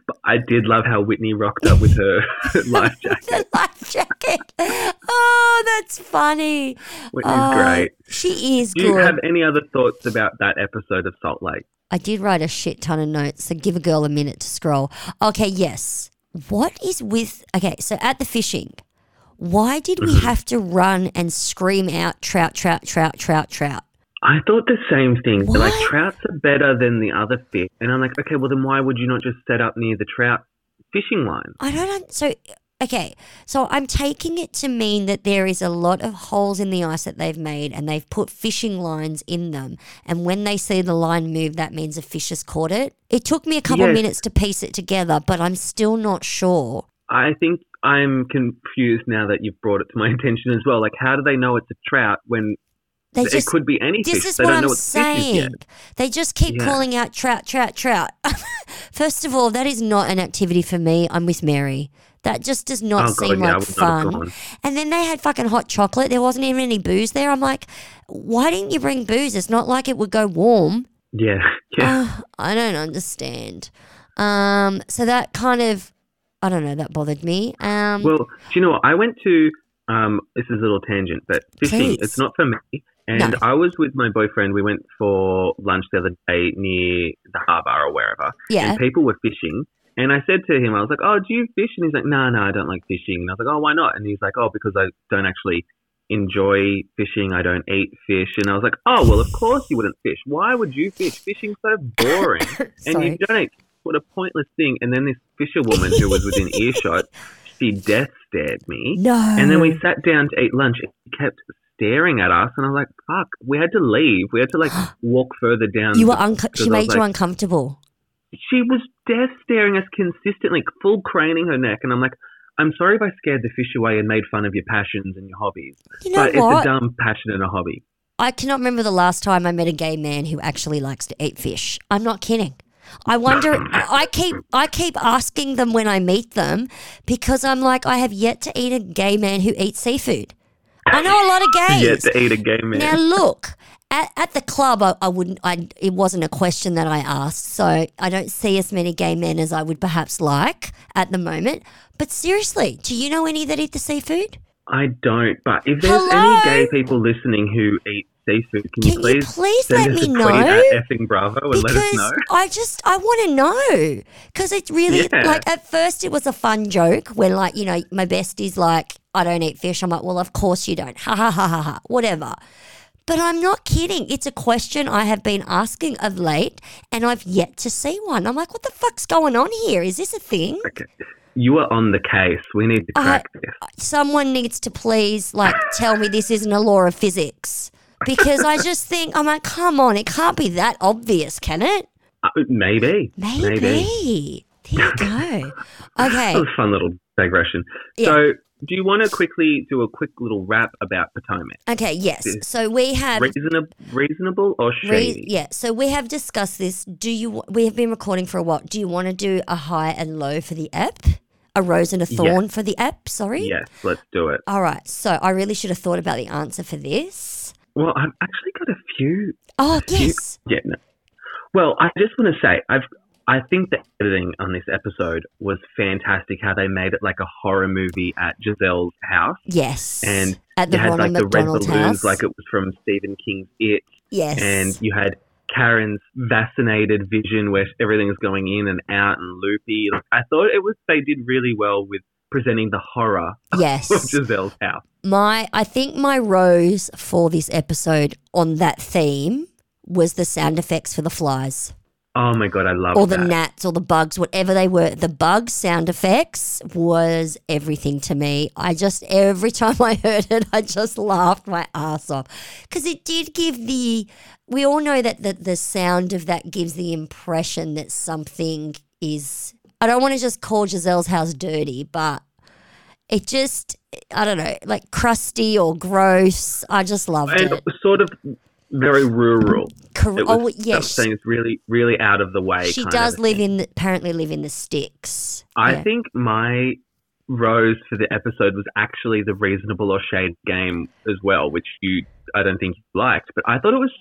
A: But I did love how Whitney rocked up with her life jacket.
B: the life jacket. Oh, that's funny.
A: Whitney's
B: Oh,
A: great.
B: She is
A: Do
B: good.
A: you have any other thoughts about that episode of Salt Lake?
B: I did write a shit ton of notes, so give a girl a minute to scroll. Okay, yes. What is with. Okay, so at the fishing, why did we
A: Mm-hmm.
B: have to run and scream out trout, trout, trout, trout, trout?
A: I thought the same thing. They're Like
B: What?
A: trouts are better than the other fish, and I'm like, okay, well then why would you not just set up near the trout fishing line?
B: I don't know. So Okay, so I'm taking it to mean that there is a lot of holes in the ice that they've made and they've put fishing lines in them. And when they see the line move, that means a fish has caught it. It took me a couple
A: Yes.
B: minutes to piece it together, but I'm still not sure.
A: I think I'm confused now that you've brought it to my attention as well. Like, how do they know it's a trout when
B: They
A: it
B: just,
A: could be any
B: this
A: fish?
B: is
A: They
B: what
A: don't know
B: I'm
A: what the fish is yet.
B: saying. They just keep
A: Yeah.
B: calling out trout, trout, trout. First of all, that is not an activity for me. I'm with Mary. That just does not
A: Oh, God,
B: seem
A: yeah, I
B: like
A: would not have
B: fun.
A: gone.
B: And then they had fucking hot chocolate. There wasn't even any booze there. I'm like, why didn't you bring booze? It's not like it would go warm.
A: Yeah, yeah.
B: Ugh, I don't understand. Um, so that kind of, I don't know, that bothered me. Um,
A: well, do you know what? I went to um, this is a little tangent, but fishing
B: Please.
A: it's not for me. And
B: No.
A: I was with my boyfriend. We went for lunch the other day near the harbour or wherever,
B: yeah.
A: and people were fishing. And I said to him, I was like, "Oh, do you fish?" And he's like, "No, no, I don't like fishing." And I was like, "Oh, why not?" And he's like, "Oh, because I don't actually enjoy fishing. I don't eat fish." And I was like, "Oh, well, of course you wouldn't fish. Why would you fish? Fishing's so boring." and
B: Sorry.
A: you donate. What a pointless thing. And then this fisherwoman who was within earshot, she death stared me.
B: No.
A: And then we sat down to eat lunch and she kept staring at us. And I was like, fuck, we had to leave. We had to like walk further down.
B: you were
A: the-
B: unco-
A: because
B: She
A: I was
B: made you
A: like-
B: uncomfortable.
A: she was death staring us consistently, full craning her neck. And I'm like, I'm sorry if I scared the fish away and made fun of your passions and your hobbies.
B: You know
A: but
B: what?
A: it's a dumb passion and a hobby.
B: I cannot remember the last time I met a gay man who actually likes to eat fish. I'm not kidding. I wonder. I keep I keep asking them when I meet them because I'm like I have yet to eat a gay man who eats seafood. I know a lot of gays.
A: Yeah, to eat a gay man.
B: Now look, at, at the club, I, I wouldn't. I it wasn't a question that I asked, so I don't see as many gay men as I would perhaps like at the moment. But seriously, do you know any that eat the seafood?
A: I don't, but if there's
B: Hello?
A: any gay people listening who eat seafood, can,
B: Can you
A: you please,
B: please
A: send
B: let
A: us
B: me
A: a tweet
B: know?
A: at effing bravo and let us
B: because
A: know?
B: I just I want to know because it's really
A: Yeah.
B: like at first it was a fun joke when like you know my bestie's like I don't eat fish. I'm like, well, of course you don't. Ha ha ha ha ha. Whatever. But I'm not kidding. It's a question I have been asking of late, and I've yet to see one. I'm like, what the fuck's going on here? Is this a thing?
A: Okay. You are on the case. We need to
B: I-
A: crack this.
B: someone needs to please like tell me this isn't a law of physics because I just think I'm like, come on, it can't be that obvious, can it?
A: Uh, maybe.
B: Maybe. There you go.
A: That
B: Okay.
A: was a fun little digression.
B: Yeah.
A: So, do you want to quickly do a quick little wrap about Potomac?
B: Okay. Yes. So we have.
A: Reasonable, reasonable or
B: Re-
A: shady?
B: yeah, so we have discussed this. Do you? We have been recording for a while. Do you want to do a high and low for the app, a rose and a thorn for the app? Sorry.
A: Yes, let's do it.
B: All right. So I really should have thought about the answer for this.
A: Well, I've actually got a few
B: Oh
A: You-
B: yes.
A: yeah. No. Well, I just want to say I've I think the editing on this episode was fantastic. How they made it like a horror movie at Giselle's house,
B: Yes.
A: and
B: at the
A: you had
B: Ronald
A: like the red
B: McDonald
A: balloons,
B: house.
A: like it was from Stephen King's It,
B: yes.
A: and you had Karen's vaccinated vision where everything is going in and out and loopy. Like, I thought it was they did really well with presenting the horror of
B: yes.
A: Giselle's house.
B: My I think my rose for this episode on that theme was the sound effects for the flies.
A: Oh my god, I love
B: or the
A: that.
B: gnats or the bugs, whatever they were. The bug sound effects was everything to me. I just, every time I heard it, I just laughed my ass off. Because it did give the, we all know that the, the sound of that gives the impression that something is, I don't want to just call Giselle's house dirty, but it just, I don't know, like crusty or gross. I just loved
A: and
B: it.
A: it was sort of very rural.
B: Cor-
A: It was
B: oh, yes.
A: something that's really, really out of the way.
B: She
A: kind
B: does
A: of
B: live
A: thing.
B: in, the, apparently live in the sticks.
A: I
B: Yeah.
A: think my rose for the episode was actually the reasonable or shade game as well, which you I don't think you liked, but I thought it was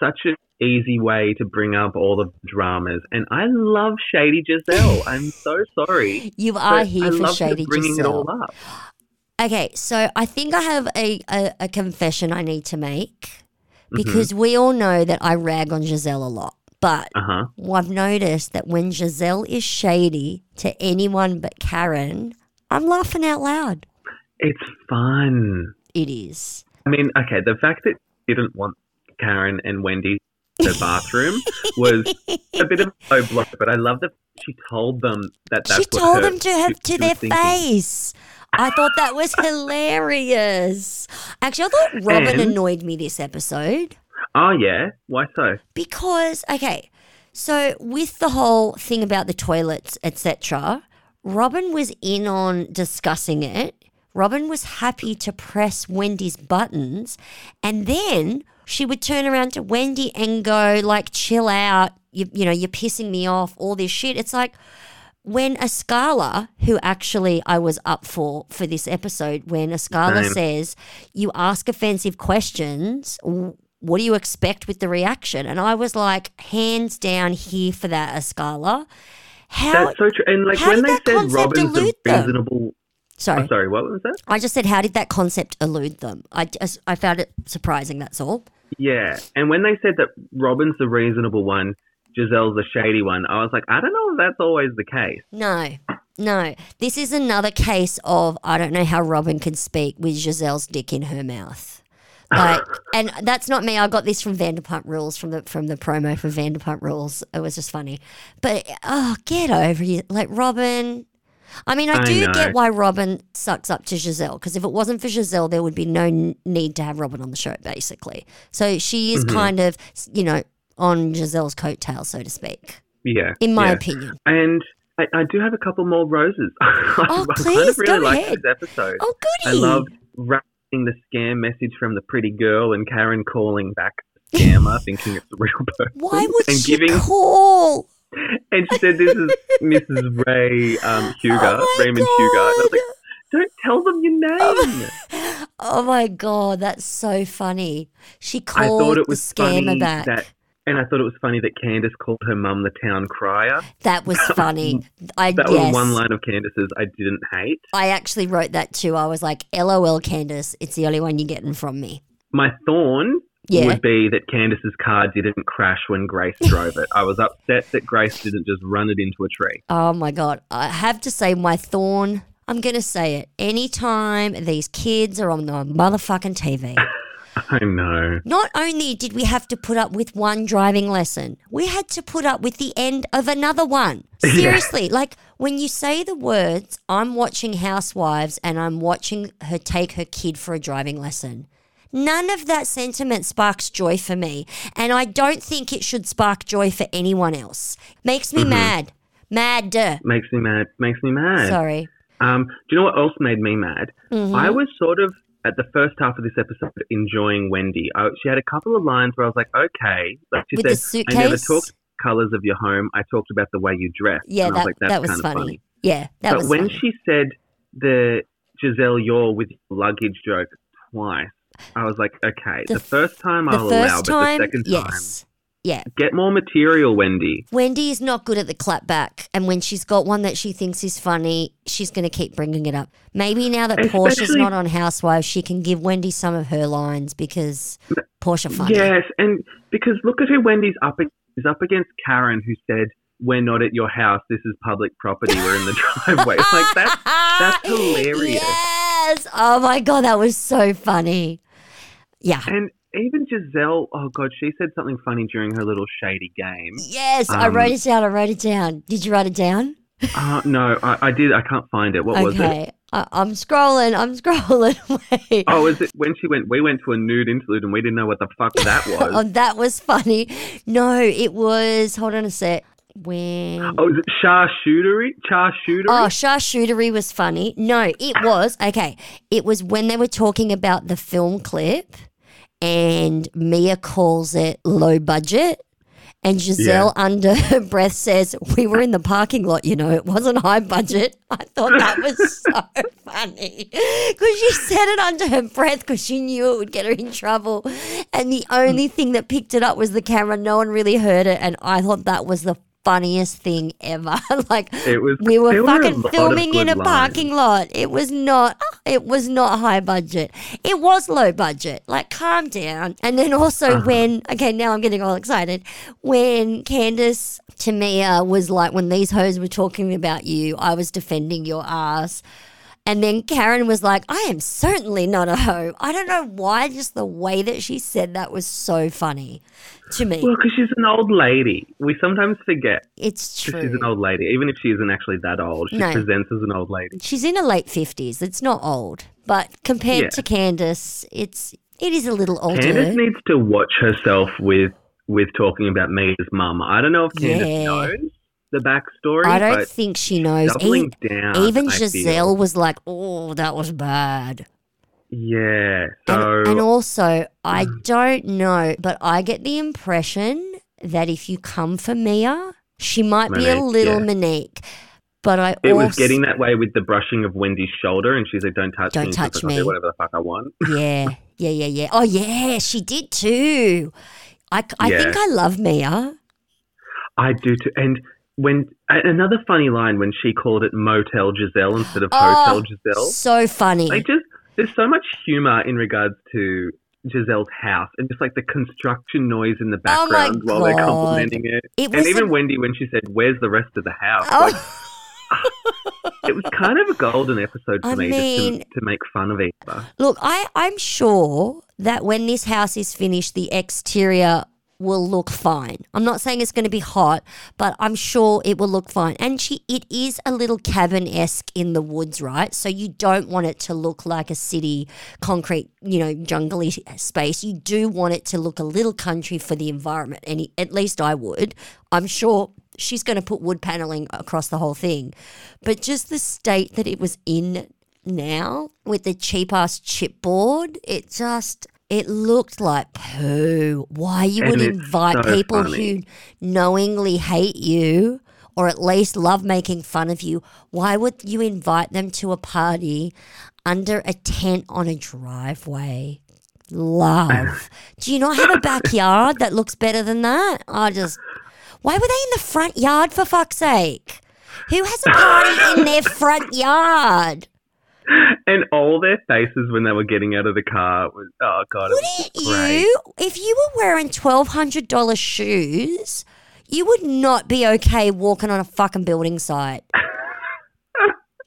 A: such an easy way to bring up all the dramas, and I love Shady Giselle. I'm so sorry.
B: You are
A: but
B: here
A: I
B: for
A: love her
B: Shady
A: bringing
B: Giselle.
A: it all up.
B: Okay, so I think I have a, a, a confession I need to make
A: Mm-hmm.
B: because we all know that I rag on Giselle a lot. But
A: Uh huh.
B: I've noticed that when Giselle is shady to anyone but Karen, I'm laughing out loud.
A: It's fun.
B: It is.
A: I mean, okay, the fact that you didn't want Karen and Wendy in the bathroom was a bit of a low blow, but I love the fact she told them that that's
B: she
A: what
B: told
A: her-
B: them to her
A: she-
B: to
A: she was
B: their
A: thinking.
B: face. I thought that was hilarious. Actually, I thought Robin
A: And-
B: annoyed me this episode
A: Oh yeah, why so?
B: because okay, so with the whole thing about the toilets, etc., Robin was in on discussing it. Robin was happy to press Wendy's buttons, and then she would turn around to Wendy and go like, "Chill out, you, you know, you're pissing me off. All this shit." It's like when Ascala, who actually I was up for for this episode, when Ascala
A: Same.
B: says, "You ask offensive questions. w- What do you expect with the reaction?" And I was like, hands down here for that, Ascala. How?
A: That's so true. And like
B: Oh, how
A: when
B: did
A: they
B: that
A: said
B: concept
A: Robin's a
B: elude them?
A: reasonable,
B: sorry,
A: I'm sorry, what was that?
B: I just said, how did that concept elude them? I just I found it surprising. That's all.
A: Yeah, and when they said that Robin's the reasonable one, Giselle's the shady one, I was like, I don't know if that's always the case.
B: No, no. This is another case of I don't know how Robin can speak with Giselle's dick in her mouth. Like, and that's not me. I got this from Vanderpump Rules from the from the promo for Vanderpump Rules. It was just funny, but oh, get over you, like Robin. I mean, I
A: I
B: do
A: know.
B: get why Robin sucks up to Giselle because if it wasn't for Giselle, there would be no n- need to have Robin on the show, basically. So she
A: Mm-hmm.
B: is kind of, you know, on Giselle's coattail, so to speak,
A: Yeah,
B: in my
A: yeah.
B: opinion.
A: And I, I do have a couple more roses.
B: Oh,
A: I kind
B: please,
A: of really
B: go
A: liked
B: ahead.
A: this episode.
B: Oh,
A: I
B: goody.
A: loved wrapping the scam message from the pretty girl and Karen calling back the scammer, thinking it's a real person.
B: Why would
A: and
B: she
A: giving,
B: call?
A: And she said, "This is Mrs. Ray um, Huger,
B: Oh my
A: Raymond Huger." And I was like, "Don't tell them your name."
B: Oh my god, that's so funny. She
A: I
B: called
A: thought it was
B: the scammer
A: funny
B: back.
A: that, and I thought it was funny that Candace called her mum the town crier.
B: That was funny. I
A: That
B: yes.
A: was one line of Candace's I didn't hate.
B: I actually wrote that too. I was like, "LOL, Candace, it's the only one you're getting from me."
A: My thorn
B: Yeah.
A: would be that Candace's car didn't crash when Grace drove it. I was upset that Grace didn't just run it into a tree.
B: Oh my god, I have to say my thorn. I'm gonna say it. Anytime these kids are on the motherfucking TV.
A: I know.
B: Not only did we have to put up with one driving lesson, we had to put up with the end of another one. Seriously, like when you say the words, I'm watching Housewives and I'm watching her take her kid for a driving lesson. None of that sentiment sparks joy for me, and I don't think it should spark joy for anyone else. Makes me
A: Mm-hmm.
B: mad. Mad. duh.
A: Makes me mad. Makes me mad.
B: Sorry. Mm-hmm.
A: Um, do you know what else made me mad? I was sort of at the first half of this episode enjoying Wendy. I, she had a couple of lines where I was like, okay, like she
B: With the
A: said, I never
B: suitcase?
A: talked colors of your home. I talked about the way you dress.
B: Yeah,
A: and I was
B: that,
A: like, That's
B: that was
A: kind
B: funny.
A: of funny.
B: Yeah, that
A: but
B: was
A: when
B: funny.
A: she said the Giselle, you're with your luggage joke twice, I was like, okay, the,
B: The f-
A: first time
B: the
A: I'll allow,
B: first time,
A: but the second time,
B: yes. Yeah.
A: get more material, Wendy.
B: Wendy is not good at the clapback, and when she's got one that she thinks is funny, she's going to keep bringing it up. Maybe now that Portia's
A: Especially-
B: not on Housewives, she can give Wendy some of her lines because Portia funny.
A: Yes, and because look at who Wendy's up ag- is up against Karen, who said, "We're not at your house. This is public property. We're in the driveway." It's like that. that's hilarious.
B: Yes. Oh my god, that was so funny. Yeah.
A: And even Giselle, oh god, she said something funny during her little shady game.
B: Yes, I
A: Um,
B: wrote it down. I wrote it down. Did you write it down?
A: Uh, no, I, I did. I can't find it. What was it?
B: okay. I- I'm scrolling. I'm scrolling. Wait.
A: Oh, is it when she went? We went to a nude interlude and we didn't know what the fuck that
B: Oh,
A: was.
B: that was funny. No, it was. Hold on a sec. When.
A: oh, is it charcuterie? Charcuterie?
B: Oh, charcuterie was funny. No, it was. Okay. It was when they were talking about the film clip and Mia calls it low budget. And Giselle, under her breath, says, We were in the parking lot, you know, it wasn't high budget. I thought that was so funny. Because she said it under her breath because she knew it would get her in trouble. And the only thing that picked it up was the camera. No one really heard it. And I thought that was the funniest thing ever. like,
A: it was.
B: we were
A: there a
B: fucking
A: lot of
B: filming in
A: good
B: a
A: lines.
B: parking lot. It was not ah, it was not high budget. It was low budget. Like calm down. And then also
A: Uh-huh.
B: when okay, now I'm getting all excited. When Candace Tamia was like when these hoes were talking about you, I was defending your ass. And then Karen was like, I am certainly not a hoe. I don't know why, just the way that she said that was so funny to me.
A: Well, because she's an old lady. We sometimes forget
B: it's
A: 'cause
B: true.
A: she's an old lady, even if she isn't actually that old. She
B: No.
A: presents as an old lady.
B: She's in her late 50s. It's not old, but compared
A: Yeah.
B: to Candace, it's it is a little older.
A: Candace needs to watch herself with with talking about me as mum. I don't know if Candace
B: Yeah.
A: knows the backstory.
B: I don't
A: but
B: think she knows. E-
A: doubling down.
B: even
A: I feel.
B: Giselle was like, "Oh, that was bad."
A: Yeah. So mm.
B: And, and also, I don't know, but I get the impression that if you come for Mia, she might be a
A: Monique,
B: little
A: yeah.
B: Monique. But I
A: it
B: also
A: was getting that way with the brushing of Wendy's shoulder, and she's like, "Don't touch
B: Don't
A: me.
B: touch
A: because I'll
B: me.
A: do whatever the fuck I want."
B: yeah, yeah, yeah, yeah. Oh yeah, she did too. I, I
A: Yeah.
B: think I love Mia.
A: I do too. And when a- another funny line when she called it Motel Giselle instead of
B: Oh,
A: Hotel Giselle.
B: So funny.
A: Like just there's so much humor in regards to Giselle's house and just like the construction noise in the
B: Oh my
A: background while they're
B: God.
A: complimenting it.
B: It
A: and
B: was
A: even
B: a-
A: Wendy when she said, "Where's the rest of the house?" Like,
B: oh,
A: it was kind of a golden episode for
B: I
A: me
B: mean-
A: just to, to make fun of Eva.
B: look, I I'm sure that when this house is finished, the exterior will look fine. I'm not saying it's going to be hot, but I'm sure it will look fine. And she, it is a little cabin esque in the woods, right? So you don't want it to look like a city concrete, you know, jungly space. You do want it to look a little country for the environment. And at least I would. I'm sure she's going to put wood paneling across the whole thing, but just the state that it was in now with the cheap ass chipboard, it just it looked like poo. Why you
A: And
B: would
A: it's
B: invite
A: so
B: people
A: funny.
B: who knowingly hate you or at least love making fun of you? Why would you invite them to a party under a tent on a driveway? Love. Do you not have a backyard that looks better than that? I just why were they in the front yard for fuck's sake? Who has a party in their front yard?
A: And all their faces when they were getting out of the car was oh god, it was
B: Wouldn't
A: just great.
B: you? If you were wearing twelve hundred dollar shoes, you would not be okay walking on a fucking building site.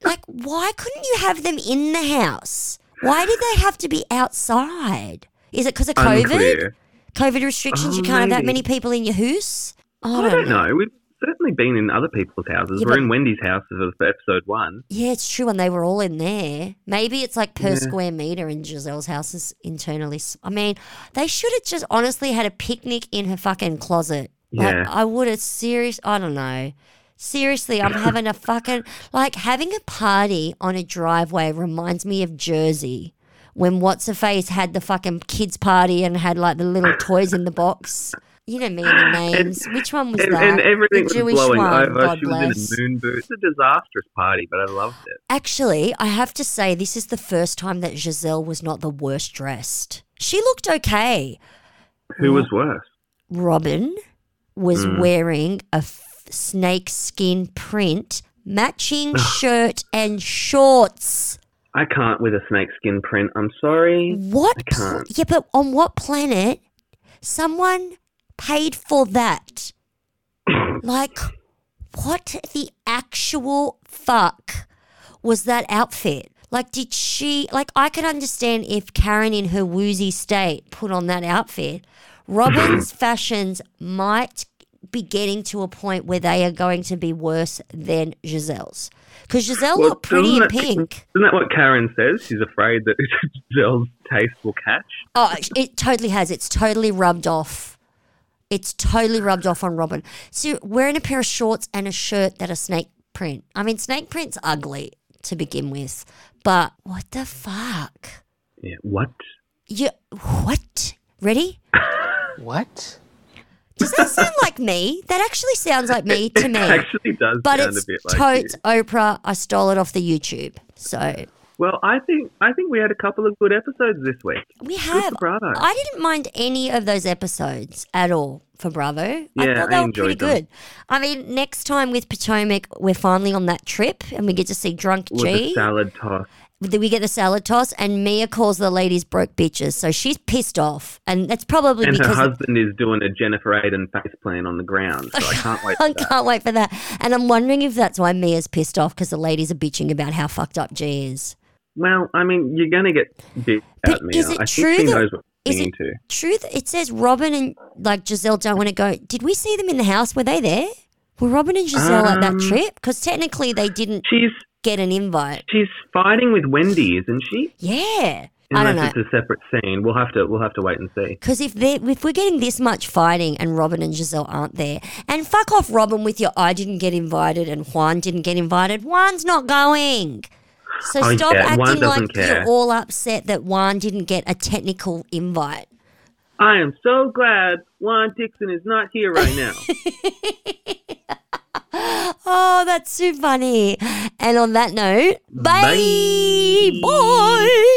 B: like, why couldn't you have them in the house? Why did they have to be outside? Is it because of COVID?
A: Unclear.
B: COVID restrictions?
A: Oh,
B: you can't have that
A: maybe.
B: many people in your house. Oh, I
A: I don't know. We've certainly been in other people's houses.
B: Yeah,
A: We're
B: but-
A: in Wendy's house for episode one.
B: Yeah, it's true, and they were all in there. Maybe it's like per
A: Yeah.
B: square meter in Giselle's house is internally. s- I mean, they should have just honestly had a picnic in her fucking closet. Like,
A: Yeah.
B: I would have serious. I don't know. Seriously, I'm having a fucking like having a party on a driveway reminds me of Jersey when what's her face had the fucking kids party and had like the little toys in the box. You know me and the names. Which one was
A: And,
B: that?
A: and
B: The
A: everything was
B: Jewish
A: blowing
B: one,
A: over.
B: God
A: she
B: bless.
A: was in a moon boot. It's a disastrous party, but I loved it.
B: Actually, I have to say, this is the first time that Giselle was not the worst dressed. She looked okay.
A: Who
B: Mm.
A: was worse?
B: Robin was
A: Mm.
B: wearing a f- snake skin print matching shirt and shorts.
A: I can't with a snakeskin print. I'm sorry.
B: What? Pl-
A: can't.
B: yeah, but on what planet someone paid for that? like, what the actual fuck was that outfit? Like, did she, like, I could understand if Karen in her woozy state put on that outfit. Robin's fashions might be getting to a point where they are going to be worse than Giselle's. Because Giselle
A: Well,
B: looked pretty in
A: doesn't that-
B: pink.
A: Isn't that what Karen says? She's afraid that Giselle's taste will catch.
B: Oh, it totally has. It's totally rubbed off. It's totally rubbed off on Robin. So wearing a pair of shorts and a shirt that are snake print. I mean, snake print's ugly to begin with, but what the fuck?
A: Yeah. What?
B: You what? Ready?
D: What?
B: Does that sound like me? That actually sounds like me to
A: It
B: me.
A: actually does
B: But
A: sound
B: it's
A: a bit like you.
B: totes Oprah. I stole it off the YouTube. So
A: Well, I think I think we had a couple of good episodes this week.
B: we
A: Good
B: have.
A: for Bravo.
B: I didn't mind any of those episodes at all for Bravo. I
A: Yeah,
B: thought
A: I
B: they were
A: enjoyed
B: pretty
A: them.
B: good. I mean, next time with Potomac, we're finally on that trip and we get to see Drunk
A: With the
B: G.
A: salad toss.
B: we get the salad toss, and Mia calls the ladies broke bitches. So she's pissed off, and that's probably
A: And her
B: because
A: husband is doing a Jennifer Aiden face plan on the ground, so I can't wait. For
B: I
A: that.
B: can't wait for that. And I'm wondering if that's why Mia's pissed off because the ladies are bitching about how fucked up G is.
A: Well, I mean, you're gonna get bit
B: But
A: at me.
B: is it
A: I
B: true
A: think she
B: that-
A: knows what
B: is
A: she's
B: it-
A: into.
B: Truth, it says Robin and like Giselle don't want to go. Did we see them in the house? Were they there? Were Robin and Giselle at that
A: Um,
B: trip? Because technically they didn't
A: She's
B: get an invite.
A: she's fighting with Wendy, isn't she?
B: Yeah, I
A: Unless
B: don't know.
A: it's a separate scene, we'll have to we'll have to wait and see.
B: Because if they if we're getting this much fighting and Robin and Giselle aren't there, and fuck off Robin with your I didn't get invited and Juan didn't get invited, Juan's not going. So
A: Oh,
B: stop
A: yeah, Juan
B: acting like
A: doesn't care.
B: you're all upset that Juan didn't get a technical invite.
A: I am so glad Juan Dixon is not here right now.
B: Oh, that's too funny. And on that note, bye.
A: Bye.
B: Bye.